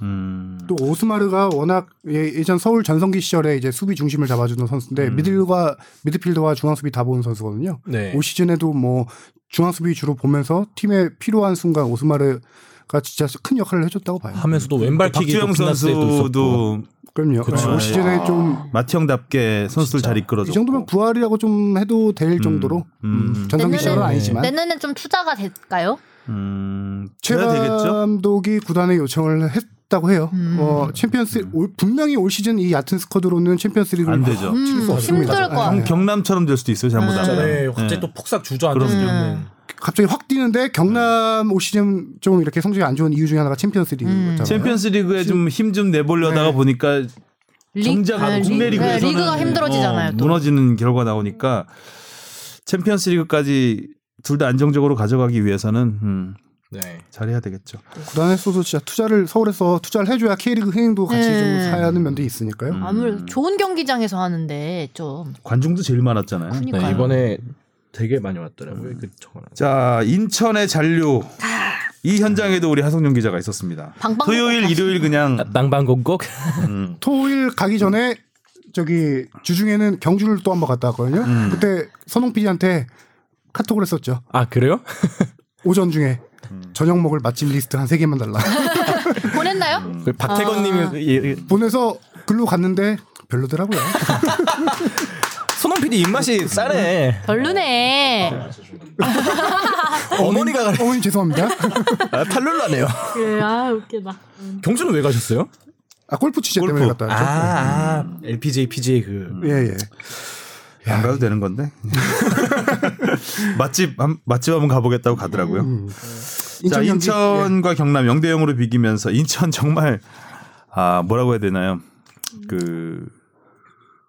음. 또 오스마르가 워낙 예- 예전 서울 전성기 시절에 이제 수비 중심을 잡아주던 음. 선수인데 미들과 미드필더와 중앙 수비 다 보는 선수거든요. 네. 올 시즌에도 뭐 중앙 수비 주로 보면서 팀에 필요한 순간 오스마르가 진짜 큰 역할을 해줬다고 봐요. 하면서도 왼발 킥이 그러니까 박주영 선수도 선수도 그럼요. 네, 그쵸. 올 아, 시즌에 좀 이 마티형답게 선수를 진짜. 잘 이끌어줬고 정도면 부활이라고 좀 해도 될 정도로 그렇죠. 음. 음, 전성기 내년에는- 시절은 아니지만 내년에 좀 투자가 될까요? 음, 최 돼야 되겠죠. 감독이 구단에 요청을 했다고 해요. 음. 어, 챔피언스 올- 분명히 올 시즌 이 얕은 스쿼드로는 챔피언스 리그를 안 되죠. 음, 음, 칠수 없습니다. 힘들 것 아, 같아요. 경남처럼 될 수도 있어요. 잘못하면. 네. 네, 갑자기 또 폭삭 주저앉을 수도 있는. 갑자기 확 뛰는데 경남 올 시즌 좀 이렇게 성적이 안 좋은 이유 중에 하나가 챔피언스 리그인 음. 거잖아요. 챔피언스 리그에 좀 힘 좀 내보려다가 네. 보니까 리- 정작 네, 국내 리- 네, 리그에서는 리그가 힘들어지잖아요. 어, 또. 무너지는 결과 나오니까 챔피언스 리그까지 둘 다 안정적으로 가져가기 위해서는 음, 네. 잘해야 되겠죠. 구단에서도 진짜 투자를 서울에서 투자를 해줘야 K리그 흥행도 같이 네. 좀 사야 하는 면도 있으니까요. 음. 아무래도 좋은 경기장에서 하는데 좀 관중도 제일 많았잖아요. 그러니까요. 이번에 되게 많이 왔더라고요. 그 정원. 자, 인천의 잔류. 이 현장에도 우리 하성룡 기자가 있었습니다. 아. 방방곡곡 토요일, 일요일 그냥 방방곡곡. 토일 가기 전에 저기 주중에는 경주를 또 한 번 갔다 왔거든요. 음. 그때 선홍 PD한테 카톡을 했었죠. 아 그래요? 오전 중에 음. 저녁 먹을 맛집 리스트 한 세 개만 달라. 보냈나요? 음. 그 박태건님이 예, 예. 보내서 글로 갔는데 별로더라고요. 손흥 PD 입맛이 싸네. 별로네. 그러니까 어머니가 가래. 어머님 죄송합니다. 아, 탈룰라네요. 그래, 아 웃기다. 경주는 왜 가셨어요? 아 골프 취재 골프. 때문에 갔다 아, 왔죠. 아 LPGA, PGA 그. 예 예. 안 가도 되는 건데 맛집 한, 맛집 한번 가보겠다고 가더라고요. 자 경기, 예. 인천과 경남 0대 0으로 비기면서 인천 정말 아 뭐라고 해야 되나요? 그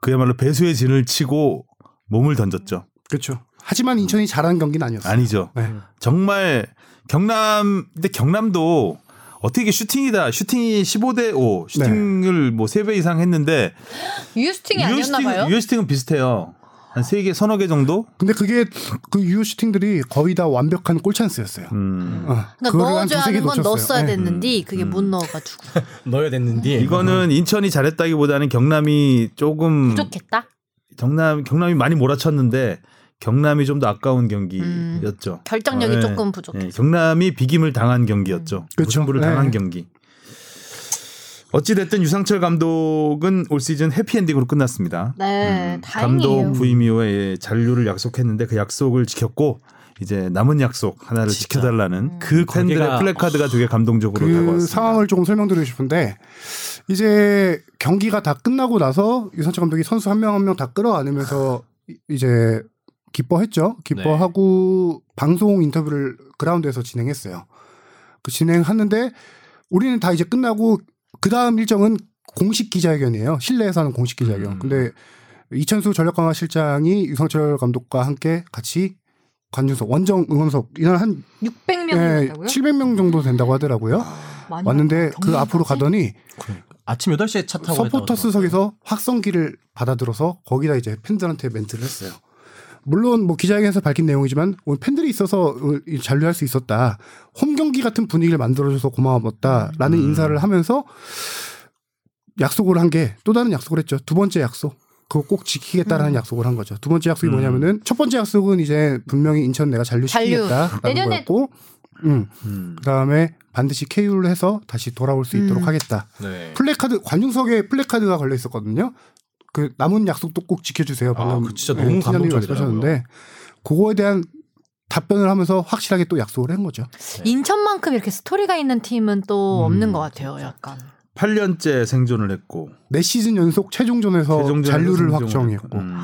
그야말로 배수의 진을 치고 몸을 던졌죠. 그렇죠. 하지만 인천이 잘한 경기는 아니었어요. 아니죠. 네. 정말 경남 근데 경남도 어떻게 이게 슈팅이다. 슈팅이 15대 5. 네. 슈팅을 뭐 3배 이상 했는데 유스팅이 아니었나 유효슈팅 봐요. 유효슈팅은 비슷해요. 한 세 개 서너 개 정도? 근데 그게 그 유효 슈팅들이 거의 다 완벽한 골찬스였어요. 음. 어, 그러니까 그거를 한 넣어줘야 두세 개 하는 건 놓쳤어요. 넣었어야 예. 됐는데 그게 못 넣어가지고 넣어야 됐는데 이거는 인천이 잘했다기보다는 경남이 조금 부족했다. 경남 경남이 많이 몰아쳤는데 경남이 좀 더 아까운 경기였죠. 결정력이 어, 예. 조금 음. 부족했어. 예, 경남이 비김을 당한 경기였죠. 그쵸. 무승부를 네. 당한 경기. 어찌 됐든 유상철 감독은 올 시즌 해피엔딩으로 끝났습니다. 네, 다행이에요. 음. 감독 부임 이후에 예, 잔류를 약속했는데 그 약속을 지켰고 이제 남은 약속 하나를 진짜. 음. 지켜달라는 그 팬들의 관계가- 플래카드가 되게 감동적으로 그 다가왔습니다. 상황을 조금 설명드리고 싶은데 이제 경기가 다 끝나고 나서 유선철 감독이 선수 한 명 한 명 다 끌어안으면서 이- 이제 기뻐했죠. 기뻐하고 방송 인터뷰를 그라운드에서 진행했어요. 그 진행하는데 우리는 다 이제 끝나고 그 다음 일정은 공식 기자회견이에요. 실내에서 하는 공식 기자회견. 근데 이천수 전력강화 실장이 유성철 감독과 함께 같이 관중석, 원정 응원석 인원 한 600명이 예, 된다고요? 700명 정도 된다고 하더라고요. 많이 왔는데 그 경기까지? 앞으로 가더니 아침 8시에 차그 타고 서포터스석에서 확성기를 받아들어서 거기다 이제 팬들한테 멘트를 했어요. 물론 뭐 기자회견에서 밝힌 내용이지만 오늘 팬들이 있어서 오늘 이 잔류할 수 있었다. 홈 경기 같은 분위기를 만들어줘서 고마웠다라는 음. 인사를 하면서 약속을 한 게 또 다른 약속을 했죠. 두 번째 약속. 그거 꼭 지키겠다라는 약속을 한 거죠. 두 음. 번째 약속이 뭐냐면은 첫 번째 약속은 이제 분명히 인천 내가 잔류시키겠다라는 잔류. 내년에- 거였고, 음 음. 그다음에 반드시 KU를 해서 다시 돌아올 수 있도록 음. 하겠다. 네. 플래카드 관중석에 플래카드가 걸려 있었거든요. 그 남은 약속도 꼭 지켜주세요. 방금 아, 네, 그거 진짜 너무 팀장님이 감동적이더라고요. 말씀하셨는데 그거에 대한 답변을 하면서 확실하게 또 약속을 한 거죠. 인천만큼 이렇게 스토리가 있는 팀은 또 없는 것 같아요. 약간 8년째 생존을 했고 네 시즌 연속 최종전에서 최종전에서 잔류를 생존을 확정했고 했고. 음.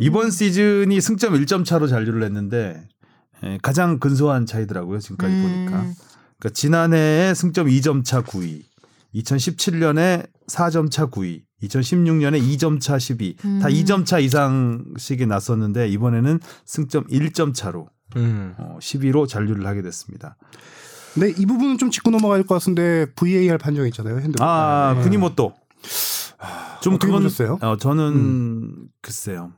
이번 시즌이 승점 1점 차로 잔류를 했는데 에, 가장 근소한 차이더라고요 지금까지 음. 보니까 그러니까 지난해에 승점 2점 차 9위 2017년에 4점 차 9위 2016년에 2점 차 10위 다 음. 2점 차 이상씩이 났었는데 이번에는 승점 1점 차로 음. 어, 10위로 잔류를 하게 됐습니다. 근데 이 부분은 좀 짚고 넘어갈 것 같은데 VAR 판정 있잖아요. 핸드볼. 아 네. 아, 군이모또 좀 어떻게 그건 보셨어요? 음. 어, 저는 글쎄요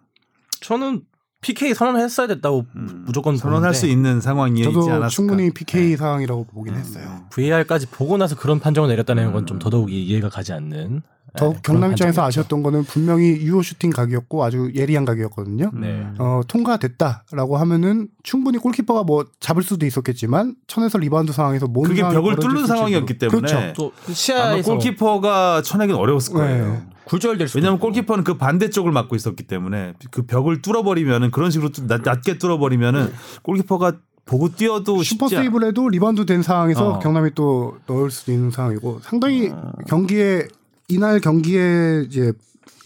저는 PK 선언했어야 됐다고 음, 무조건 선언할 보는데 수 있는 상황이 있지 저도 않았을까. 네. 충분히 네. PK 상황이라고 보긴 음, 했어요. VAR까지 보고 나서 그런 판정을 내렸다는 건 좀 더더욱이 이해가 가지 않는. 더 네, 그런 경남 입장에서 판정이었죠. 아쉬웠던 거는 분명히 유호 슈팅 각이었고 아주 예리한 각이었거든요. 네. 음. 어, 통과됐다라고 하면은 충분히 골키퍼가 뭐 잡을 수도 있었겠지만 천에서 리바운드 상황에서 몸 그게 벽을 뚫는 상황이었기 때문에 그렇죠. 또 아마 시야에서 골키퍼가 쳐내긴 어려웠을 거예요. 네. 굴절될 수. 왜냐하면 골키퍼는 그 반대쪽을 막고 있었기 때문에 그 벽을 뚫어버리면은 그런 식으로 뚫- 낮, 낮게 뚫어버리면은 골키퍼가 보고 뛰어도 네. 슈퍼 쉽지 않... 세이브를 해도 리바운드 된 상황에서 어. 경남이 또 넣을 수도 있는 상황이고 상당히 경기에 이날 경기에 이제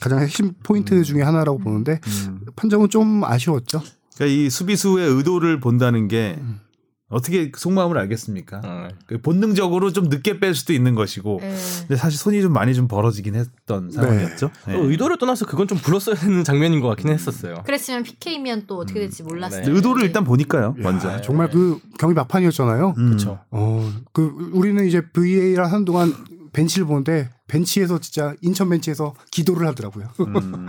가장 핵심 포인트 음. 중에 하나라고 보는데 판정은 좀 아쉬웠죠. 그러니까 이 수비수의 의도를 본다는 게 음. 어떻게 속마음을 알겠습니까? 음. 그 본능적으로 좀 늦게 뺄 수도 있는 것이고 예. 근데 사실 손이 좀 많이 좀 벌어지긴 했던 상황이었죠. 네. 또 의도를 떠나서 그건 좀 불렀어야 되는 장면인 것 같긴 했었어요. 그랬으면 PK면 또 어떻게 될지 몰랐어요. 근데 의도를 일단 보니까요. 야, 먼저. 정말 그 경기 막판이었잖아요. 네. 음. 그렇죠. 어, 그 우리는 이제 VAR 하는 동안 벤치를 보는데 벤치에서 진짜 인천 벤치에서 기도를 하더라고요. 음.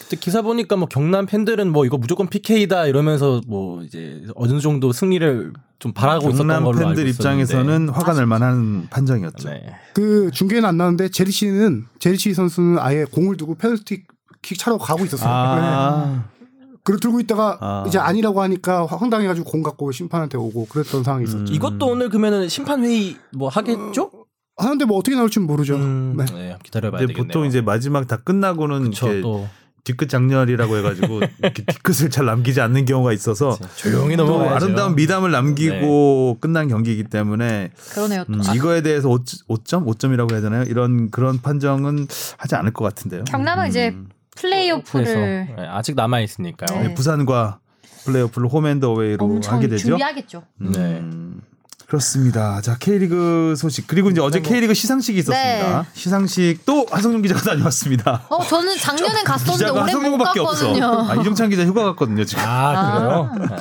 그때 기사 보니까 뭐 경남 팬들은 뭐 이거 무조건 PK다 이러면서 뭐 이제 어느 정도 승리를 좀 바라고 있었던 경남 걸로 알고 팬들 있었는데. 입장에서는 화가 날 만한 판정이었죠. 네. 그 중계는 안 나왔는데 제리씨는 제리씨 선수는 아예 공을 두고 페널티 킥 차러 가고 있었어요. 아, 네. 그걸 들고 있다가 아. 이제 아니라고 하니까 황- 황당해가지고 공 갖고 심판한테 오고 그랬던 상황이 음. 있었죠. 그렇죠. 이것도 오늘 그러면은 심판 회의 뭐 어, 하겠죠? 하는데 뭐 어떻게 나올지는 모르죠. 음, 네. 네, 기다려봐야 이제 되겠네요. 음, 보통 이제 마지막 다 끝나고는 저 이렇게 또 뒤끝 장렬이라고 해가지고 이렇게 뒤끝을 잘 남기지 않는 경우가 있어서 조용히 또 넘어가야죠. 네. 아름다운 미담을 남기고 끝난 경기이기 때문에 그러네요. 또. 음, 아, 이거에 대해서 5, 5점, 5점이라고 해야 되나요? 이런 그런 판정은 하지 않을 것 같은데요. 음. 경남은 이제 그래서 어, 플레이오프를 네, 아직 남아 있으니까요. 네. 네, 부산과 플레이오프를 홈앤더웨이로 엄청 하게 되죠. 준비하겠죠. 네. 음, 그렇습니다. 자 K리그 소식 그리고 이제 어제 K리그 시상식이 있었습니다. 뭐. 네. 시상식 또 하성룡 기자가 다녀왔습니다. 어, 저는 작년엔 갔었는데 기자가 올해 못 하성룡밖에 없어. 갔거든요. 아, 이종찬 기자 휴가 갔거든요 지금. 아 그래요? 네.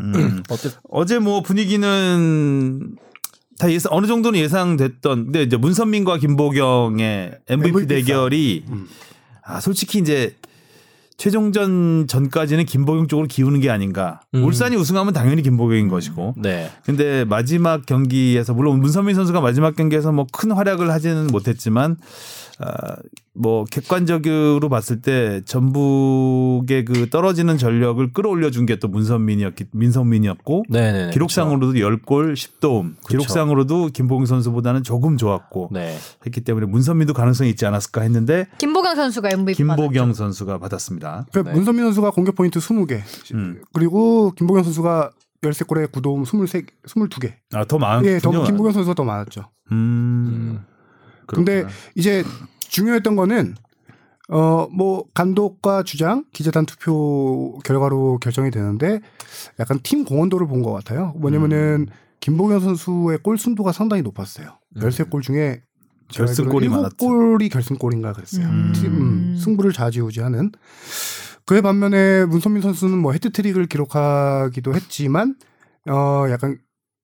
음. 어때? 어제 뭐 분위기는 다 예상 어느 정도는 예상됐던 근데 이제 문선민과 김보경의 MVP, 음. MVP 싸움. 대결이 아, 솔직히 이제 최종전 전까지는 김보경 쪽으로 기우는 게 아닌가. 음. 울산이 우승하면 당연히 김보경인 것이고. 네. 근데 마지막 경기에서 물론 문선민 선수가 마지막 경기에서 뭐 큰 활약을 하지는 못했지만 아뭐 객관적으로 봤을 때 전북의 그 떨어지는 전력을 끌어올려 준 게 또 문선민이었기 민선민이었고 네네. 그렇죠. 기록상으로도 10골 10도움 기록상으로도 김보경 선수보다는 조금 좋았고 네. 했기 때문에 문선민도 가능성이 있지 않았을까 했는데 김보경 선수가 MVP 김보경 선수가 받았습니다. 그러니까 문선민 선수가 공격 포인트 20개 음. 그리고 김보경 선수가 13골에 9도움 23, 22개. 아 더 많은 예, 더 김보경 선수가 더 많았죠. 음. 근데 그렇구나. 이제 중요했던 거는 어 뭐 감독과 주장 기재단 투표 결과로 결정이 되는데 약간 팀 공헌도를 본 것 같아요. 뭐냐면은 음. 김보경 선수의 골 순도가 상당히 높았어요. 13골 중에 제가 결승골이 알기로 많았죠. 일곱 골이 결승골인가 그랬어요. 음. 팀, 음, 승부를 좌지우지하는. 그에 반면에 문선민 선수는 뭐 헤트트릭을 기록하기도 했지만 어 약간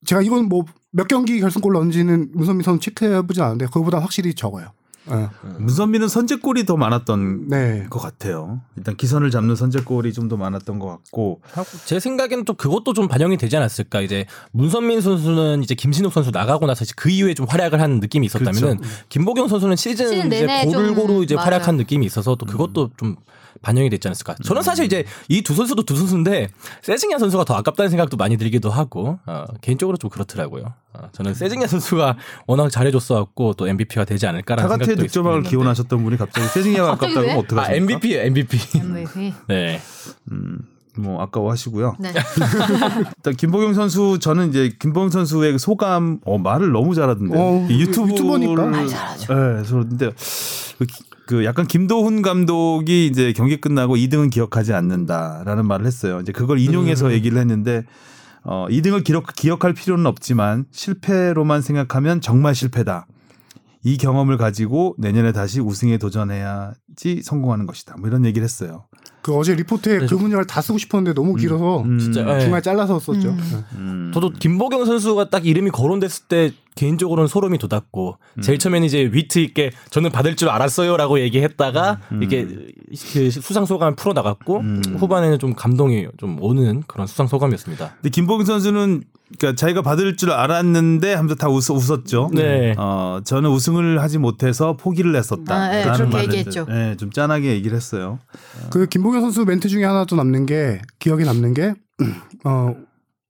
제가 이건 뭐 몇 경기 결승골 넣은지는 문선민 선수 체크해보진 않은데 그거보다 확실히 적어요. 예. 음. 문선민은 선제골이 더 많았던 네. 것 같아요. 일단 기선을 잡는 선제골이 좀 더 많았던 것 같고 제 생각에는 또 그것도 좀 반영이 되지 않았을까. 이제 문선민 선수는 이제 김신욱 선수 나가고 나서 이제 그 이후에 좀 활약을 한 느낌이 그렇죠. 있었다면은 네. 김보경 선수는 시즌, 시즌 이제 내내 골고루 좀 이제 맞아요. 활약한 느낌이 있어서 음. 또 그것도 좀 반영이 됐지 않았을까. 저는 사실 이제 이 두 선수도 두 선수인데 세징야 선수가 더 아깝다는 생각도 많이 들기도 하고 어, 개인적으로 좀 그렇더라고요. 어, 저는 세징야 선수가 워낙 잘해줬어갖고 또 MVP가 되지 않을까라는 타가트의 생각도 득점왕을 있었는데. 기원하셨던 분이 갑자기 세징야 갑자기 가깝다고 하면 왜? 어떡하십니까? 아 MVP MVP. MVP. 네. 뭐 아까워하시고요. 네. 일단 김보경 선수 저는 이제 김보경 선수의 그 소감 어, 말을 너무 잘하던데 어, 이 유튜브를 유튜버니까. 아, 잘하죠. 예, 그래서 근데 그, 기- 그 약간 김도훈 감독이 이제 경기 끝나고 2등은 기억하지 않는다라는 말을 했어요. 이제 그걸 음. 인용해서 얘기를 했는데 어 2등을 기록, 기억할 필요는 없지만 실패로만 생각하면 정말 실패다. 이 경험을 가지고 내년에 다시 우승에 도전해야지 성공하는 것이다. 뭐 이런 얘기를 했어요. 그 어제 리포트에 네, 그 문장을 다 쓰고 싶었는데 너무 길어서 진짜 예. 중간에 잘라서 썼죠. 예. 음. 저도 김보경 선수가 딱 이름이 거론됐을 때 개인적으로는 소름이 돋았고 제일 처음에는 이제 위트 있게 저는 받을 줄 알았어요라고 얘기했다가 음. 이렇게 그 수상 소감을 풀어 나갔고 후반에는 좀 감동이 좀 오는 그런 수상 소감이었습니다. 근데 김보경 선수는 그러니까 자기가 받을 줄 알았는데 하면서 다 웃, 웃었죠. 네. 어, 저는 우승을 하지 못해서 포기를 했었다. 아, 예, 라는 그렇게 말을 얘기했죠. 했- 예, 좀 짠하게 얘기를 했어요. 그 김보경 선수 멘트 중에 하나 또 남는 게 기억에 남는 게 어,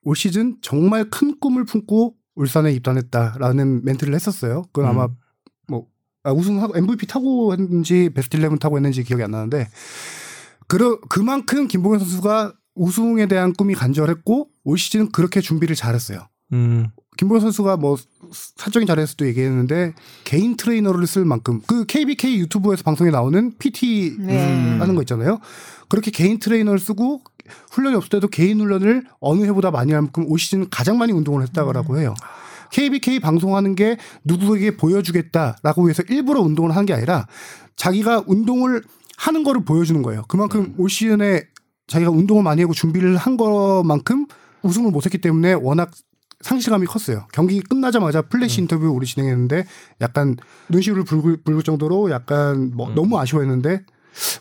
올 시즌 정말 큰 꿈을 품고 울산에 입단했다라는 멘트를 했었어요. 그건 아마 뭐 아, 우승하고 MVP 타고 했는지 베스트 11 타고 했는지 기억이 안 나는데 그러, 그만큼 김보경 선수가 우승에 대한 꿈이 간절했고 올 시즌 그렇게 준비를 잘했어요. 음. 김보경 선수가 뭐 사적인 자리에서도 얘기했는데 개인 트레이너를 쓸 만큼 그 KBK 유튜브에서 방송에 나오는 PT 네. 하는 거 있잖아요. 그렇게 개인 트레이너를 쓰고 훈련이 없을 때도 개인 훈련을 어느 해보다 많이 할 만큼 올 시즌 가장 많이 운동을 했다고 해요. KBK 방송하는 게 누구에게 보여주겠다라고 해서 일부러 운동을 하는 게 아니라 자기가 운동을 하는 거를 보여주는 거예요. 그만큼 올 시즌에 자기가 운동을 많이 하고 준비를 한 것만큼 우승을 못했기 때문에 워낙 상실감이 컸어요. 경기 끝나자마자 플래시 인터뷰 우리 진행했는데 약간 눈시울을 붉을, 붉을 정도로 약간 뭐 너무 아쉬워했는데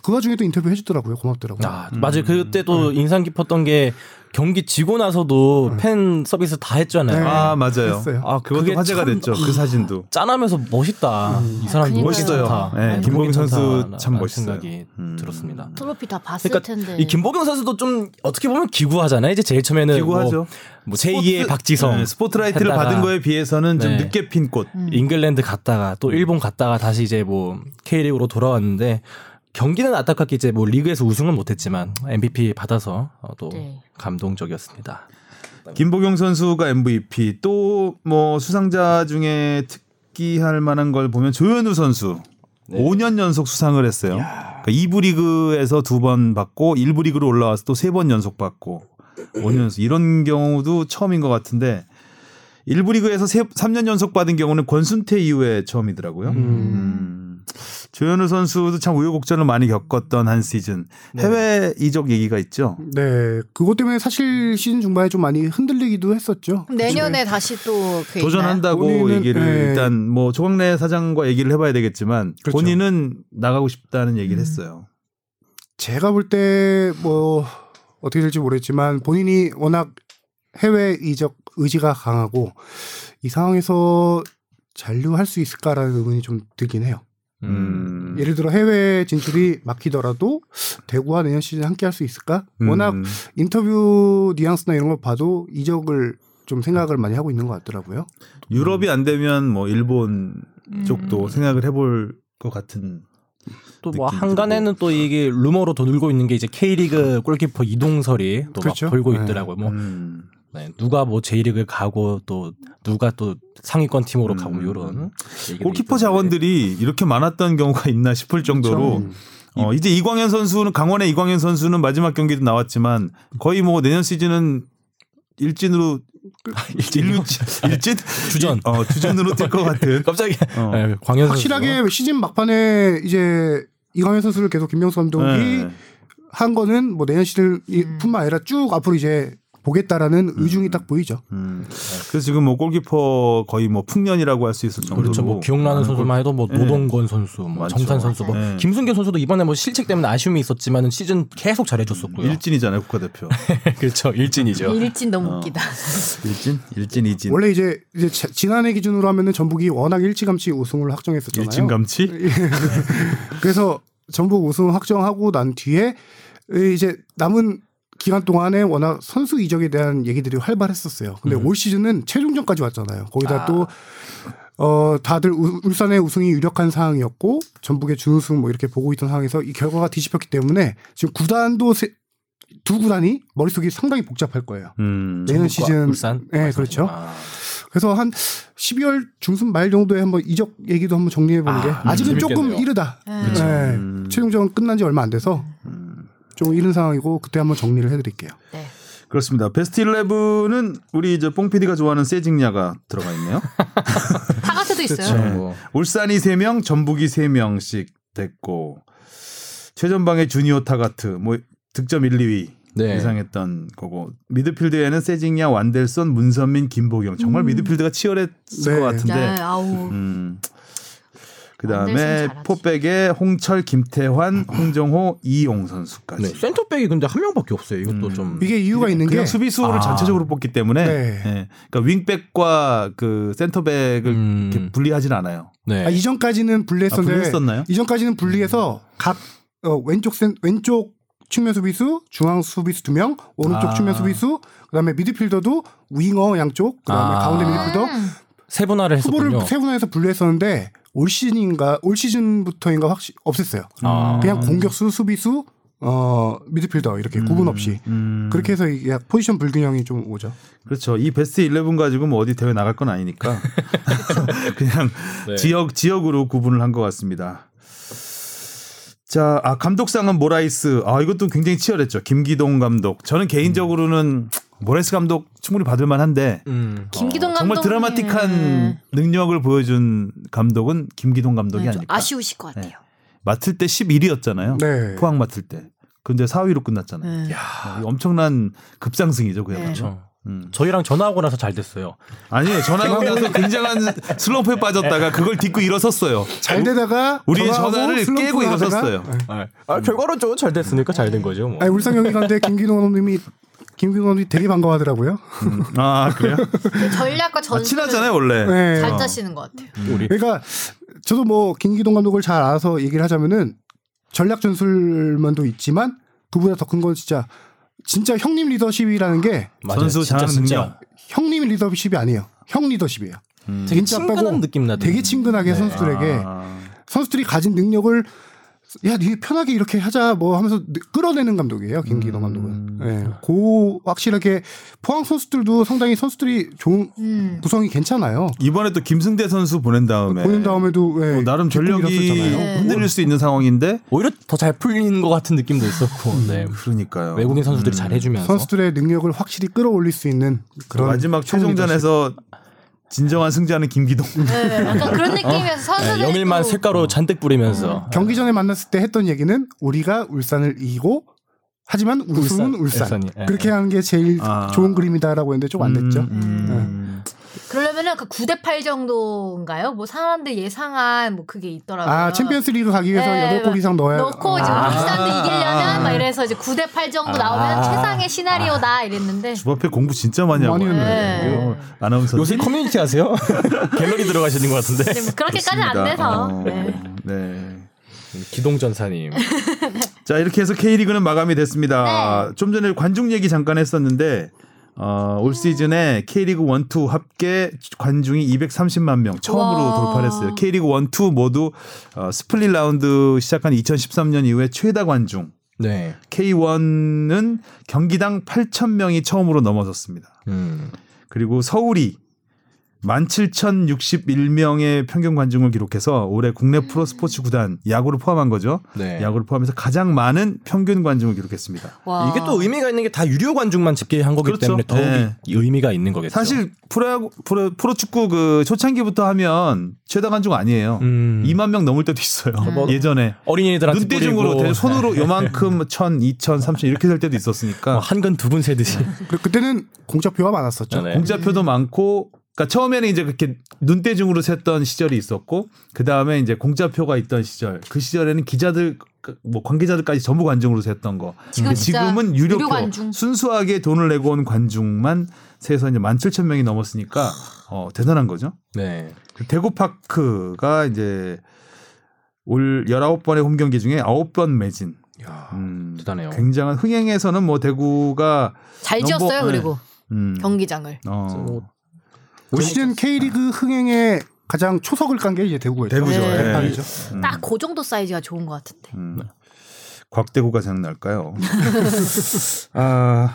그 와중에 또 인터뷰 해주더라고요. 고맙더라고요. 아, 맞아요. 음. 그때 또 인상 깊었던 게 경기 지고 나서도 음. 팬 서비스 다 했잖아요. 네. 아, 맞아요. 했어요. 아, 그것도 그게 화제가 참- 아, 됐죠. 그 사진도. 짠하면서 멋있다. 이 음. 사람 그니까요. 멋있어요. 괜찮다. 예, 아니, 아, 김보경 선수 괜찮다라는 참 멋있어요. 생각이 음. 들었습니다. 트로피 다 봤을 그러니까 텐데. 이 김보경 선수도 좀 어떻게 보면 기구하잖아요. 이제 제일 처음에는 기구하죠. 뭐, 뭐 제2의 스포트- 박지성 네, 스포트라이트를 했다가 받은 거에 비해서는 좀 네. 늦게 핀 음. 꽃. 잉글랜드 갔다가 또 일본 갔다가 다시 이제 뭐 K리그로 돌아왔는데 경기는 안타깝게 이제 뭐 리그에서 우승은 못했지만 MVP 받아서 어, 또 네. 감동적이었습니다. 김보경 선수가 MVP 또 뭐 수상자 중에 특기할 만한 걸 보면 조현우 선수 네. 5년 연속 수상을 했어요. 그러니까 2부 리그에서 두 번 받고 1부 리그로 올라와서 또 세 번 연속 받고 5년 연속 이런 경우도 처음인 것 같은데 1부 리그에서 3년 연속 받은 경우는 권순태 이후에 처음이더라고요. 음. 조현우 선수도 참 우여곡절을 많이 겪었던 한 시즌. 네. 해외 이적 얘기가 있죠. 네, 그것 때문에 사실 시즌 중반에 좀 많이 흔들리기도 했었죠. 내년에 다시 또 네. 그게 있나요? 도전한다고 본인은, 얘기를 네. 일단 뭐 조광래 사장과 얘기를 해봐야 되겠지만 그렇죠. 본인은 나가고 싶다는 얘기를 음. 했어요. 제가 볼 때 뭐 어떻게 될지 모르겠지만 본인이 워낙 해외 이적 의지가 강하고 이 상황에서 잔류할 수 있을까라는 의문이 좀 들긴 해요. 음. 예를 들어 해외 진출이 막히더라도 대구와 내년 시즌 함께 할 수 있을까? 워낙 음. 인터뷰 뉘앙스나 이런 걸 봐도 이적을 좀 생각을 많이 하고 있는 것 같더라고요. 유럽이 안 되면 뭐 일본 음. 쪽도 생각을 해볼 것 같은. 또 뭐 느낌이 한간에는 또 이게 루머로 더 늘고 있는 게 이제 K리그 골키퍼 이동설이 또 막 그렇죠. 돌고 네. 있더라고요. 뭐 음. 네, 누가 뭐 J리그 가고 또 누가 또 상위권 팀으로 가고 음. 요런 얘기도 골키퍼 있던데. 자원들이 이렇게 많았던 경우가 있나 싶을 정도로 음. 어, 이제 이광현 선수는 강원의 이광현 선수는 마지막 경기도 나왔지만 거의 뭐 내년 시즌은 일진으로 일진 일진 주전. 어, 주전으로 뛸 것 같은 갑자기 어. 네, 광현 확실하게 그렇죠. 시즌 막판에 이제 이광현 선수를 계속 김명수 감독이 네. 한 거는 뭐 내년 시즌뿐만 아니라 쭉 앞으로 이제 보겠다라는 의중이 딱 보이죠. 음. 그래서 지금 뭐 골키퍼 거의 뭐 풍년이라고 할 수 있을 정도로 그렇죠. 음. 뭐 아, 기억나는 선수만 해도 뭐 예. 네. 노동건 선수, 뭐 맞죠. 정찬 선수, 뭐 네. 김승규 선수도 이번에 뭐 실책 때문에 아쉬움이 있었지만 시즌 계속 잘해줬었고요. 일진이잖아요 국가대표 그렇죠. 음. 일진이죠. 일진 너무 어. 웃기다. 일진 일진 이진 원래 이제 이제 자- 지난해 기준으로 하면은 전북이 워낙 일찌감치 우승을 확정했었잖아요. 일진감치 그래서 전북 우승 확정하고 난 뒤에 이제 남은 기간 동안에 워낙 선수 이적에 대한 얘기들이 활발했었어요. 근데 올 시즌은 최종전까지 왔잖아요. 거기다 또 어, 다들 우- 울산의 우승이 유력한 상황이었고 전북의 준우승 뭐 이렇게 보고 있던 상황에서 이 결과가 뒤집혔기 때문에 지금 구단도 세- 두 구단이 머릿속이 상당히 복잡할 거예요. 음. 내년 시즌 울산? 네, 그렇죠. 아, 그래서 한 12월 중순 말 정도에 한번 이적 얘기도 한번 정리해 보는 게 아, 아직은 조금 재밌겠네요. 이르다. 네. 네. 음. 최종전 끝난 지 얼마 안 돼서 좀 이른 상황이고 그때 한번 정리를 해드릴게요. 네. 그렇습니다 베스트 11은 우리 이제 뽕 PD가 좋아하는 세징야가 들어가 있네요 파가트도 네. 있어요. 그렇죠. 울산이 3명, 전북이 3명씩 됐고 최전방에 주니오 타가트 뭐 득점 1, 2위 네. 이상했던 거고 미드필드에는 세징야, 완델son, 문선민, 김보경 정말 미드필드가 치열했을 음. 네. 것 같은데 네, 아우. 음. 완델슨 그다음에 아, 네, 잘하지. 아. 포백에 홍철, 김태환, 홍정호, 이용 선수까지 네. 센터백이 근데 한 명밖에 없어요. 이것도 음. 좀 이게 이유가 있는 게 그냥 수비수를 아. 전체적으로 뽑기 때문에 네. 예. 그러니까 윙백과 그 센터백을 음. 이렇게 분리하진 않아요. 네. 아, 이전까지는 아, 분리했었는데 분리했었나요? 이전까지는 분리해서 각 어, 왼쪽 센, 왼쪽 측면 수비수, 중앙 수비수 두 명, 오른쪽 아. 측면 수비수, 그다음에 미드필더도 윙어 양쪽, 그다음에 아. 가운데 미드필더 세분화를 했었군요. 후보를 세분화해서 분리했었는데 올 시즌인가 올 시즌부터인가 확실 없앴어요. 아. 그냥 공격수, 수비수, 어 미드필더 이렇게 구분 없이 음. 그렇게 해서 이게 약 포지션 불균형이 좀 오죠. 그렇죠. 이 베스트 11 가지고 뭐 어디 대회 나갈 건 아니니까 그냥 네. 지역 지역으로 구분을 한 것 같습니다. 자, 아 감독상은 모라이스. 아 이것도 굉장히 치열했죠. 김기동 감독. 저는 개인적으로는 모라이스 감독 충분히 받을 만한데 음. 어, 김기동 예. 감독 정말 네. 드라마틱한 능력을 보여준 감독은 김기동 네, 감독이 아닐까. 아쉬우실 것 같아요. 맡을 때 11위였잖아요. 네. 포항 맡을 때. 근데 4위로 끝났잖아요. 네. 어, 엄청난 급상승이죠, 그야말로. 네. 그렇죠. 음. 저희랑 전화하고 나서 잘 됐어요. 아니에요. 전화가 오면서 굉장한 슬럼프에 빠졌다가 그걸 딛고 일어섰어요. 잘 되다가 우리의 전화하고 전화를 슬럼프를 깨고 하다가 네. 일어섰어요. 네. 아, 결과로 좀잘 됐으니까 잘 된 거죠. 뭐. 아니 울산 경기 갔는데 김기동 감독님이 김기동 감독이 되게 반가워하더라고요. 아 그래요? 전략과 아, 전술 친하잖아요 음. 원래. 네. 잘 짜시는 것 같아요. 우리 그러니까 저도 뭐 김기동 감독을 잘 알아서 얘기를 하자면은 전략 전술만도 있지만 그보다 더 큰 건 진짜 진짜 형님 리더십이라는 게 맞아요. 선수 진짜, 잘하는 진짜. 능력. 형님 리더십이 아니에요. 형 리더십이에요. 음. 되게 진짜 빼고 친근한 느낌 나죠. 되게 친근하게 네. 아. 선수들에게 선수들이 가진 능력을 야, 니 편하게 이렇게 하자 뭐 하면서 느- 끌어내는 감독이에요, 김기동 감독은. 예. 고 확실하게 포항 선수들도 상당히 선수들이 좋은 음. 구성이 괜찮아요. 이번에 또 김승대 선수 보낸 다음에 본인 다음에도 예, 어, 나름 뒷골이 전력이 났었잖아요. 네. 흔들릴 수 있는 상황인데 오히려 더 잘 풀리는 것 같은 느낌도 있었고. 음. 네. 그러니까요. 외국인 선수들이 음. 잘 해주면서 선수들의 능력을 확실히 끌어올릴 수 있는 그런 마지막 최종전에서 진정한 승자는 김기동. 네, 약간 그런 느낌이어서 선수들이 네, 영일만 또 색깔로 잔뜩 음. 뿌리면서 아. 경기 전에 만났을 때 했던 얘기는 우리가 울산을 이기고 하지만 우승은 울산. 울산이, 예. 그렇게 하는 게 제일 아. 좋은 그림이다라고 했는데 좀 안 됐죠. 음. 그러려면은 그 9대 8 정도인가요? 뭐 사람들 예상한 뭐 그게 있더라고요. 아 챔피언스리그 가기 위해서 네, 여덟 골 이상 넣어야. 넣고 이제 아. 울산도 이기려면 막 이래서 이제 9대 8 정도 아. 나오면 최상의 시나리오다 이랬는데 주바페 공부 진짜 많이 하고 많이 와요. 했네. 어, 아나운서 요새 커뮤니티 하세요? 갤러리 들어가시는 것 같은데. 네, 뭐 그렇게까지는 안 돼서 어, 네. 네. 기동전사님. 자 이렇게 해서 K리그는 마감이 됐습니다. 좀 전에 관중 얘기 잠깐 했었는데 어, 올 시즌에 K리그 1, 2 합계 관중이 230만 명 처음으로 와. 돌파를 했어요. K리그 1, 2 모두 어, 스플릿 라운드 시작한 2013년 이후에 최다 관중. 네. K1은 경기당 8천 명이 처음으로 넘어섰습니다. 음. 그리고 서울이 17,061명의 평균 관중을 기록해서 올해 국내 프로 스포츠 구단 야구를 포함한 거죠. 네. 그렇죠. 야구를 포함해서 가장 많은 평균 관중을 기록했습니다. 와. 이게 또 의미가 있는 게 다 유료 관중만 집계한 거기 그렇죠. 때문에 더욱 네. 이- 의미가 있는 거겠죠. 사실 프로야구 프로, 프로축구 그 초창기부터 하면 최다 관중 아니에요. 음. 2만 명 넘을 때도 있어요. 뭐 예전에 어린이들한테 눈대중으로 뿌리고, 네. 대- 손으로 요만큼 1,000, 2,000, 3,000 이렇게 될 때도 뭐 있었으니까 한근 두 분 세듯이. 그- 그때는 공짜표가 많았었죠. 네. 네. 공짜표도 많고 그러니까 처음에는 이제 그렇게 눈대중으로 셌던 시절이 있었고 그 다음에 이제 공짜표가 있던 시절 그 시절에는 기자들 뭐 관계자들까지 전부 관중으로 셌던 거 지금 근데 진짜 지금은 유료 유료표 관중. 순수하게 돈을 내고 온 관중만 세서 이제 17,000명이 넘었으니까 어, 대단한 거죠. 네. 그 대구 파크가 이제 올 19번의 홈 경기 중에 9번 매진. 이야, 음, 대단해요. 굉장한 흥행에서는 뭐 대구가 잘 지었어요 넘버- 그리고 뭐, 음, 경기장을 어, 올 시즌 K리그 흥행에 가장 초석을 깐 게 이제 대구였죠. 대구죠. 네. 대판이죠. 음. 딱 그 정도 사이즈가 좋은 것 같은데 음. 곽대구가 생각날까요? 아,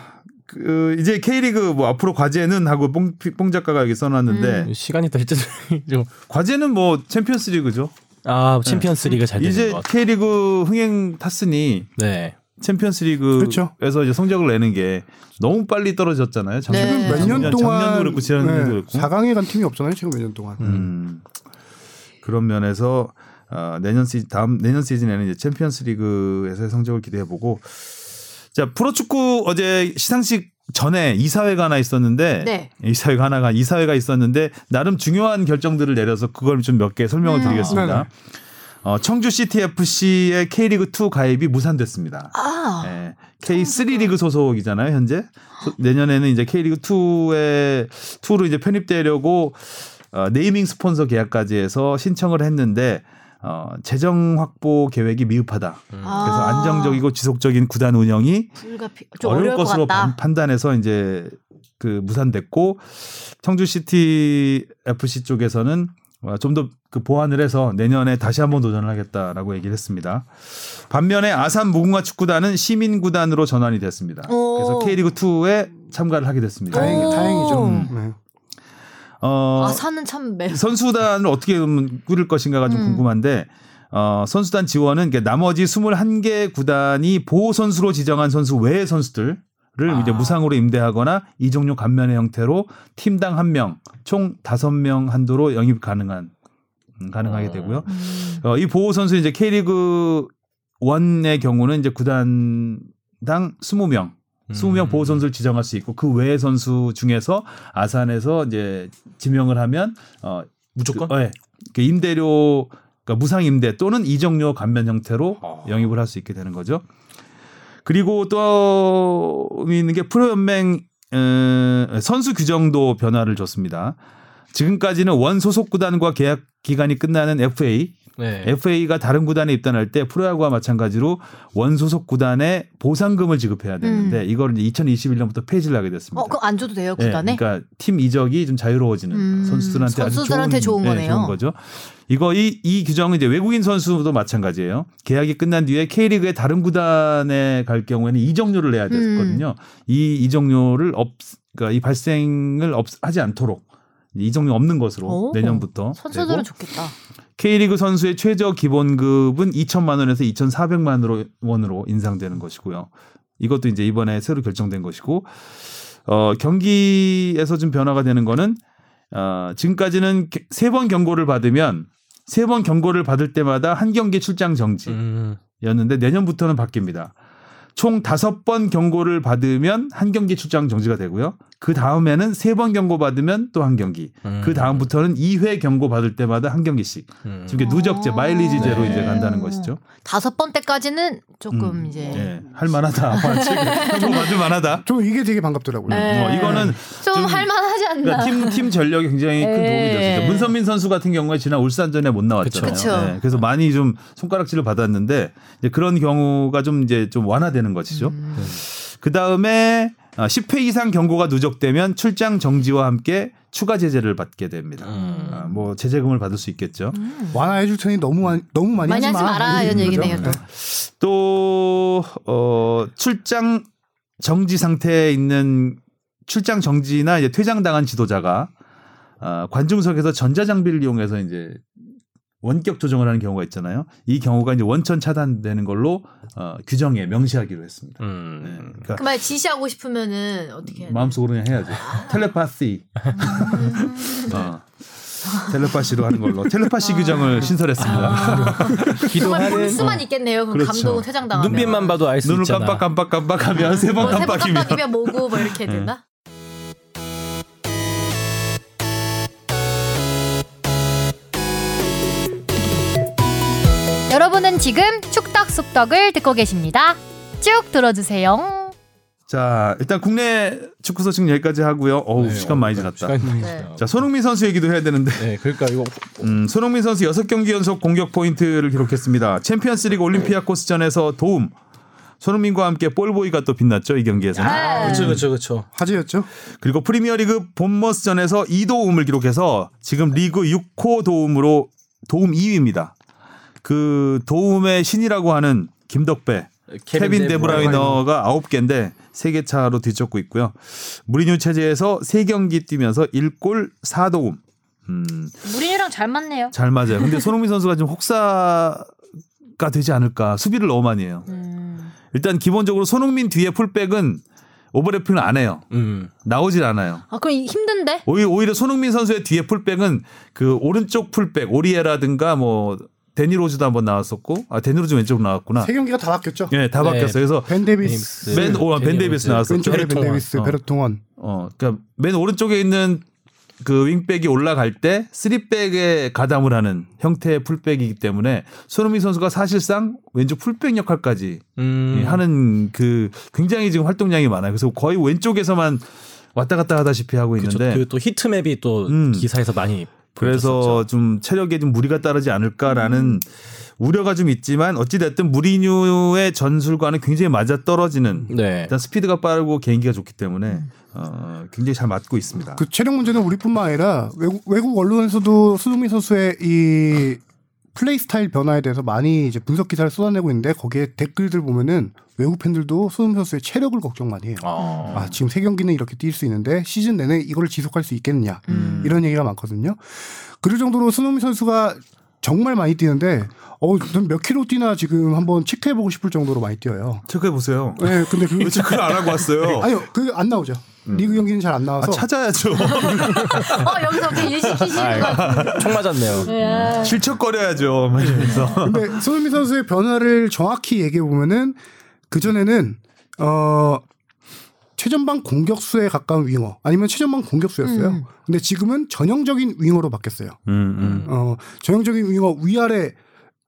그 이제 K리그 뭐 앞으로 과제는 하고 뽕, 뽕 작가가 여기 써놨는데 음. 네. 시간이 더 있죠. 좀. 과제는 뭐 챔피언스리그죠. 아 챔피언스리가 잘 되는 네. 이제 것 같아요. K리그 흥행 탔으니 네. 챔피언스리그에서 그렇죠. 이제 성적을 내는 게 너무 빨리 떨어졌잖아요. 작년, 네. 몇 년 작년, 작년도 동안 네. 그렇고 지난년도 그렇고. 4강에 간 팀이 없잖아요. 지금 몇 년 동안. 음. 그런 면에서 어, 내년 시즌 다음 내년 시즌에는 이제 챔피언스리그에서의 성적을 기대해보고 자 프로축구 어제 시상식 전에 이사회가 하나 있었는데 네. 이사회가 하나가 이사회가 있었는데 나름 중요한 결정들을 내려서 그걸 좀 몇 개 설명을 네네. 드리겠습니다. 어, 청주 CTFC의 K리그 2 가입이 무산됐습니다. 아 예. K3 리그 소속이잖아요, 현재. 소- 내년에는 이제 K리그 2에 2로 이제 편입되려고 어, 네이밍 스폰서 계약까지 해서 신청을 했는데 어, 재정 확보 계획이 미흡하다. 아. 그래서 아. 안정적이고 지속적인 구단 운영이 불가피 좀 어려울 어려울 것 것으로 반- 같다 판단해서 이제 그 무산됐고 청주 시티 FC 쪽에서는 좀 더 그 보완을 해서 내년에 다시 한번 도전을 하겠다라고 얘기를 했습니다. 반면에 아산 무궁화 축구단은 시민 구단으로 전환이 됐습니다. 오. 그래서 K리그 2에 참가를 하게 됐습니다. 다행이, 오. 다행이죠. 네. 어, 아산은 참 매. 선수단을 어떻게 음, 꾸릴 것인가가 좀 궁금한데 어, 선수단 지원은 이게 나머지 21개 구단이 보호 선수로 지정한 선수 외의 선수들을 이제 무상으로 임대하거나 이종료 감면의 형태로 팀당 한 명, 총 다섯 명 한도로 영입 가능한 음, 가능하게 되고요. 어, 이 보호 선수 이제 K리그 1의 경우는 이제 구단당 20명 음. 20명 음. 보호 선수를 지정할 수 있고 그 외의 선수 중에서 아산에서 이제 지명을 하면 어 무조건? 그, 예. 그 임대료 그러니까 무상 임대 또는 이정료 감면 형태로 아. 영입을 할 수 있게 되는 거죠. 그리고 또 있는 게 프로연맹 어, 선수 규정도 변화를 줬습니다. 지금까지는 원 소속 구단과 계약 기간이 끝나는 FA 네. FA가 다른 구단에 입단할 때 프로야구와 마찬가지로 원소속 구단에 보상금을 지급해야 되는데 이걸 이제 2021년부터 폐지를 하게 음. 됐습니다. 어, 그럼 안 줘도 돼요 예, 구단에? 그러니까 팀 이적이 좀 자유로워지는 음, 선수들한테, 선수들한테 아주 좋은, 좋은 예, 거네요. 좋은 거죠. 이거 이, 이 규정은 이제 외국인 선수도 마찬가지예요. 계약이 끝난 뒤에 K리그의 다른 구단에 갈 경우에는 이적료를 내야 되거든요. 음. 이 이적료를 없, 그러니까 이 발생을 없, 하지 않도록 이적료 없는 것으로 오, 내년부터 선수들은 되고. 좋겠다. K리그 선수의 최저 기본급은 2천만 원에서 2,400만 으로- 원으로 인상되는 것이고요. 이것도 이제 이번에 새로 결정된 것이고 어, 경기에서 좀 변화가 되는 거는 어, 지금까지는 세 번 경고를 받으면 세 번 경고를 받을 때마다 한 경기 출장 정지. 음. 였는데 내년부터는 바뀝니다. 총 다섯 번 경고를 받으면 한 경기 출장 정지가 되고요. 그 다음에는 세 번 경고 받으면 또 한 경기. 음. 그 다음부터는 2회 경고 받을 때마다 한 경기씩. 음. 지금 이게 누적제, 어. 마일리지제로 네. 이제 간다는 것이죠. 다섯 번 때까지는 조금 음. 이제 예, 할 만하다. 아마 지금 경고 받을 만하다. 음, 저 이게 되게 반갑더라고요. 네. 뭐 이거는 좀 좀- 할만하지 않나. 그러니까 팀, 팀 전력이 굉장히 큰 도움이 예. 됐습니다. 문선민 선수 같은 경우에 지난 울산전에 못 나왔잖아요. 네. 그쵸. 그쵸. 그래서 많이 좀 손가락질을 받았는데 이제 그런 경우가 좀 이제 좀 완화되는 것이죠. 음. 그 다음에 아, 10회 이상 경고가 누적되면 출장 정지와 함께 추가 제재를 받게 됩니다. 음. 아, 뭐 제재금을 받을 수 음. 있겠죠. 완화해 줄 테니 너무 많이 너무 많이, 많이 하지 마라 이런 그렇죠. 거죠. 얘기네요. 또. 네. 또 어, 출장 정지 상태에 있는 출장 정지나 이제 퇴장당한 지도자가 어, 관중석에서 전자장비를 이용해서 이제 원격 조정을 하는 경우가 있잖아요. 이 경우가 이제 원천 차단되는 걸로 어, 규정에 명시하기로 했습니다. 네. 음. 그러니까 그말 지시하고 싶으면은 어떻게 해야 돼? 마음속으로 그냥 해야죠. 텔레파시. 어. 텔레파시로 하는 걸로 텔레파시 규정을 신설했습니다. 정말 볼 기도하는 수만 있겠네요. 그럼 그렇죠. 감독은 퇴장당하면 눈빛만 봐도 알 수 눈을 있잖아. 깜빡깜빡 깜빡하면 어, 세 번 뭐 새벽 깜빡이면 깜빡이면 뭐고 뭐 이렇게 해야 되나? 여러분은 지금 축덕 숙덕을 듣고 계십니다. 쭉 들어주세요. 자 일단 국내 축구 소식 여기까지 하고요. 어우 네, 시간 어, 많이 지났다. 시간이 많이 네. 지났다. 자 손흥민 선수 얘기도 해야 되는데 네, 그러니까 이거 음, 손흥민 선수 6경기 연속 공격 포인트를 기록했습니다. 챔피언스리그 올림피아코스전에서 도움. 손흥민과 함께 볼보이가 또 빛났죠 이 경기에서는. 아. 그렇죠, 그렇죠, 그렇죠. 화제였죠. 그리고 프리미어리그 본머스전에서 2도움을 기록해서 지금 리그 6호 도움으로 도움 2위입니다. 그 도움의 신이라고 하는 김덕배, 케빈, 데브라이너가 9개인데 3개 차로 뒤쫓고 있고요. 무리뉴 체제에서 3경기 뛰면서 1골 4도움. 음, 무리뉴랑 잘 맞네요. 잘 맞아요. 근데 손흥민 선수가 좀 혹사가 되지 않을까. 수비를 너무 많이 해요. 일단 기본적으로 손흥민 뒤에 풀백은 오버래핑을 안 해요. 음. 나오질 않아요. 아 그럼 이- 힘든데? 오히려, 오히려 손흥민 선수의 뒤에 풀백은 그 오른쪽 풀백 오리에라든가 뭐 데니로즈도 한번 나왔었고 아 데니로즈 왼쪽 나왔구나. 세 경기가 다 바뀌었죠. 예, 다 네. 바뀌었어요. 그래서 벤 데비스 네. 맨 오, 벤 데이비스 나왔어. 왼쪽에 벤 베르통원. 데비스 어. 베르통원 어, 그러니까 맨 오른쪽에 있는 그 윙백이 올라갈 때 쓰리백에 가담을 하는 형태의 풀백이기 때문에 손흥민 선수가 사실상 왼쪽 풀백 역할까지 예, 음. 하는 그 굉장히 지금 활동량이 많아요. 그래서 거의 왼쪽에서만 왔다 갔다 하다시피 하고 그렇죠. 있는데 그또 히트맵이 또 음. 기사에서 많이 그래서 좀 체력에 좀 무리가 따르지 음. 않을까라는 우려가 좀 있지만 어찌됐든 무리뉴의 전술과는 굉장히 맞아 떨어지는 보여줬었죠. 네. 일단 스피드가 빠르고 개인기가 좋기 때문에 음. 어, 굉장히 잘 맞고 있습니다. 그 체력 문제는 우리뿐만 아니라 외국, 외국 언론에서도 수승민 선수의 이 플레이 스타일 변화에 대해서 많이 이제 분석 기사를 쏟아내고 있는데 거기에 댓글들 보면은 외국 팬들도 수승민 선수의 체력을 걱정 많이 해요. 아. 아 지금 세 경기는 이렇게 뛸 수 있는데 시즌 내내 이걸 지속할 수 있겠느냐 음. 이런 얘기가 많거든요. 그럴 정도로 손흥민 선수가 정말 많이 뛰는데 어몇 킬로 뛰나 지금 한번 체크해 보고 싶을 정도로 많이 뛰어요. 체크해 보세요. 네, 근데 그 왜 체크를 안 하고 왔어요? 아니요 그게 안 나오죠. 리그 경기는 잘 안 아, 나와서 찾아야죠. 어 여기서 어떻게 일시키시는 거 총 맞았네요. 음. 실척거려야죠. 막 이러면서. 근데 손흥민 선수의 변화를 정확히 얘기해 보면은 그 전에는 어 최전방 공격수에 가까운 윙어 아니면 최전방 공격수였어요. 근데 지금은 전형적인 윙어로 바뀌었어요. 음, 어 전형적인 윙어 위아래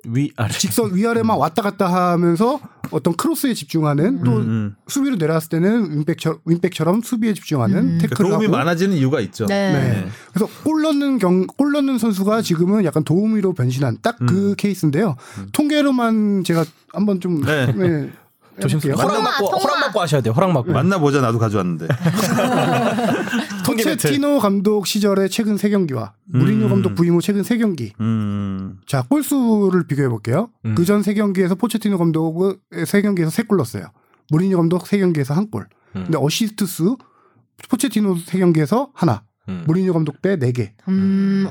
위 아래. 직선 음. 위아래만 왔다 갔다 하면서 어떤 크로스에 집중하는 또 음. 수비로 내려왔을 때는 윙백처럼, 윙백처럼 수비에 집중하는 그러니까 태클하고 도움이 많아지는 이유가 있죠. 네. 그래서 골 넣는 경, 골 넣는 선수가 지금은 약간 도움이로 변신한 딱 그 케이스인데요. 통계로만 제가 한번 좀 네. 조심스럽게 허락 통마, 받고 통마. 허락 받고 하셔야 돼요. 허락 받고. 만나보자 나도 가져왔는데. 통계 배틀. 토체티노 감독 시절의 최근 세 경기와 무리뉴 감독 부임 후 최근 세 경기. 음. 자 골수를 비교해 볼게요. 음. 그 전 세 경기에서 포체티노 감독은 세 경기에서 세 골 넣었어요. 무리뉴 감독 세 경기에서 한 골. 음. 근데 어시스트 수 포체티노 세 경기에서 하나. 음. 무리뉴 감독 때 네 개. 음.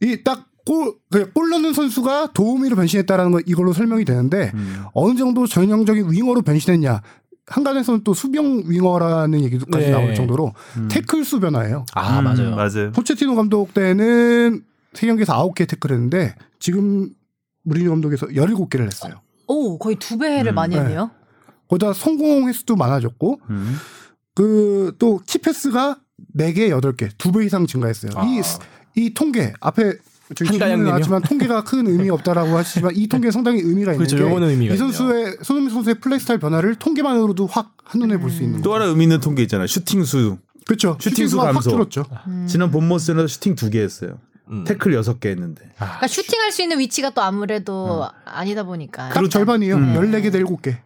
이 딱골골 넣는 음. 선수가 도움이로 변신했다라는 거 이걸로 설명이 되는데 어느 정도 전형적인 윙어로 변신했냐 한간에서는 또 수병 윙어라는 얘기도까지 네. 나올 정도로 태클 수 변화예요. 아 음, 맞아요. 맞아요. 포체티노 감독 때는 세 경기에서 아홉 개 태클했는데 지금 무리뉴 감독에서 17개를 했어요. 오 거의 두 배를 음, 많이 네. 했네요. 거기다 성공 횟수도 많아졌고 음. 그 또 키패스가 4개, 8개, 두 배 이상 증가했어요. 아. 이, 스- 이 통계 앞에 저희 한가영님요? 질문은 나왔지만 통계가 큰 의미 없다라고 하시지만 이 통계 상당히 의미가 있는 그렇죠. 게 요거는 의미가 이 선수의 손흥민 선수의 플레이 스타일 변화를 통계만으로도 확 한눈에 볼 수 있는 음. 또 하나 의미 있는 통계 있잖아요. 슈팅 수. 그렇죠. 슈팅 수 슈팅수가 확 감소. 줄었죠. 지난 본모 스는 슈팅 두 개 했어요. 음. 태클 여섯 개 했는데. 그러니까 슈팅할 수 있는 위치가 또 아무래도 아니다 보니까. 그렇죠. 딱 절반이에요. 14개 대 7개.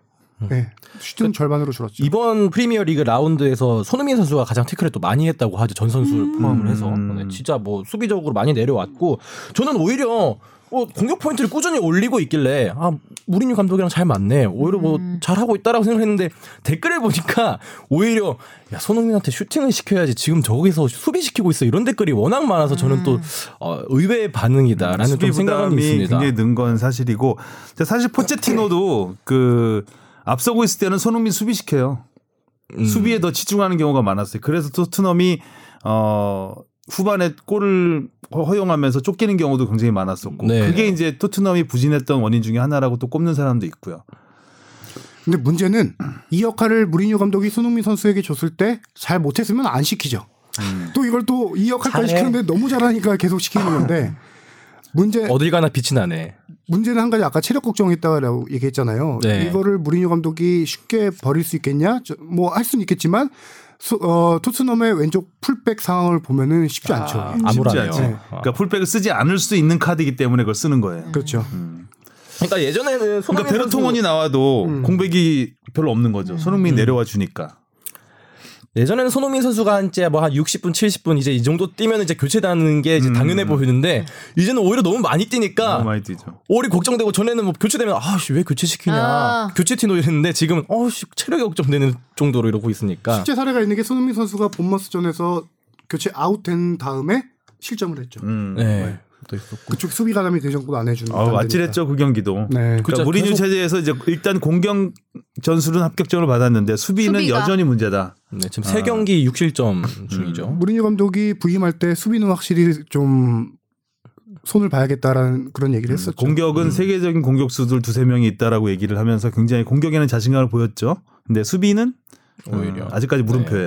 네. 슈팅은 절반으로 줄었죠. 음. 그 이번 프리미어 리그 라운드에서 손흥민 선수가 가장 태클을 또 많이 했다고 하죠. 전 선수를 음. 포함을 해서. 네, 진짜 뭐 수비적으로 많이 내려왔고 저는 오히려 뭐 공격 포인트를 꾸준히 올리고 있길래 아 무리뉴 감독이랑 잘 맞네 오히려 뭐 잘하고 있다라고 생각했는데 댓글을 보니까 오히려 야 손흥민한테 슈팅을 시켜야지 지금 저기서 수비 시키고 있어 이런 댓글이 워낙 많아서 저는 또 어, 의외의 반응이다라는 좀 음, 수비 생각은 부담이 있습니다. 굉장히 는 건 사실이고. 근데 사실 포체티노도 그 앞서고 있을 때는 손흥민 수비 시켜요. 음. 수비에 더 치중하는 경우가 많았어요. 그래서 토트넘이 어 후반에 골을 허- 허용하면서 쫓기는 경우도 굉장히 많았었고 네. 그게 이제 토트넘이 부진했던 원인 중에 하나라고 또 꼽는 사람도 있고요. 근데 문제는 이 역할을 무리뉴 감독이 손흥민 선수에게 줬을 때 잘 못했으면 안 시키죠. 또 이걸 또 이 역할까지 음. 잘해. 시키는데 너무 잘하니까 계속 시키는 건데 문제 어딜 가나 빛이 나네. 문제는 한 가지 아까 체력 걱정했다라고 얘기했잖아요. 네. 이거를 무리뉴 감독이 쉽게 버릴 수 있겠냐? 뭐 할 수는 있겠지만 소- 어, 토트넘의 왼쪽 풀백 상황을 보면은 쉽지 않죠. 아, 쉽지 암울하네요. 않지. 그러니까 풀백을 쓰지 않을 수 있는 카드이기 때문에 그걸 쓰는 거예요. 그렇죠. 그러니까 예전에는 그러니까 손흥민 선수 음. 베르통원이 나와도 공백이 별로 없는 거죠. 손흥민 내려와 주니까. 예전에는 손흥민 선수가 한째 뭐한 60분, 70분 이제 이 정도 뛰면 이제 교체되는 게 이제 당연해 보이는데 이제는 오히려 너무 많이 뛰니까 음. 너무 많이 뛰죠. 오히려 걱정되고 전에는 뭐 교체되면 아씨 왜 교체 시키냐 아. 교체 티노 이랬는데 지금 어씨 체력이 걱정되는 정도로 이러고 있으니까 실제 사례가 있는 게 손흥민 선수가 본머스전에서 교체 아웃된 다음에 실점을 했죠. 음. 네. 또 있었고 그쪽 수비 가담이 대전권 안 해주는. 어, 아찔했죠 그 경기도. 네. 그러니까 그쵸, 무리뉴 계속- 체제에서 이제 일단 공격 전술은 합격점을 받았는데 수비는 수비가- 여전히 문제다. 네, 지금 세 경기 음. 6실점 중이죠. 그 무리뉴 감독이 부임할 때 수비는 확실히 좀 손을 봐야겠다라는 그런 얘기를 했었죠. 음, 공격은 음. 세계적인 공격수들 두세 명이 있다라고 얘기를 하면서 굉장히 공격에는 자신감을 보였죠. 근데 수비는 오히려. 어, 음. 아직까지 물음표예요.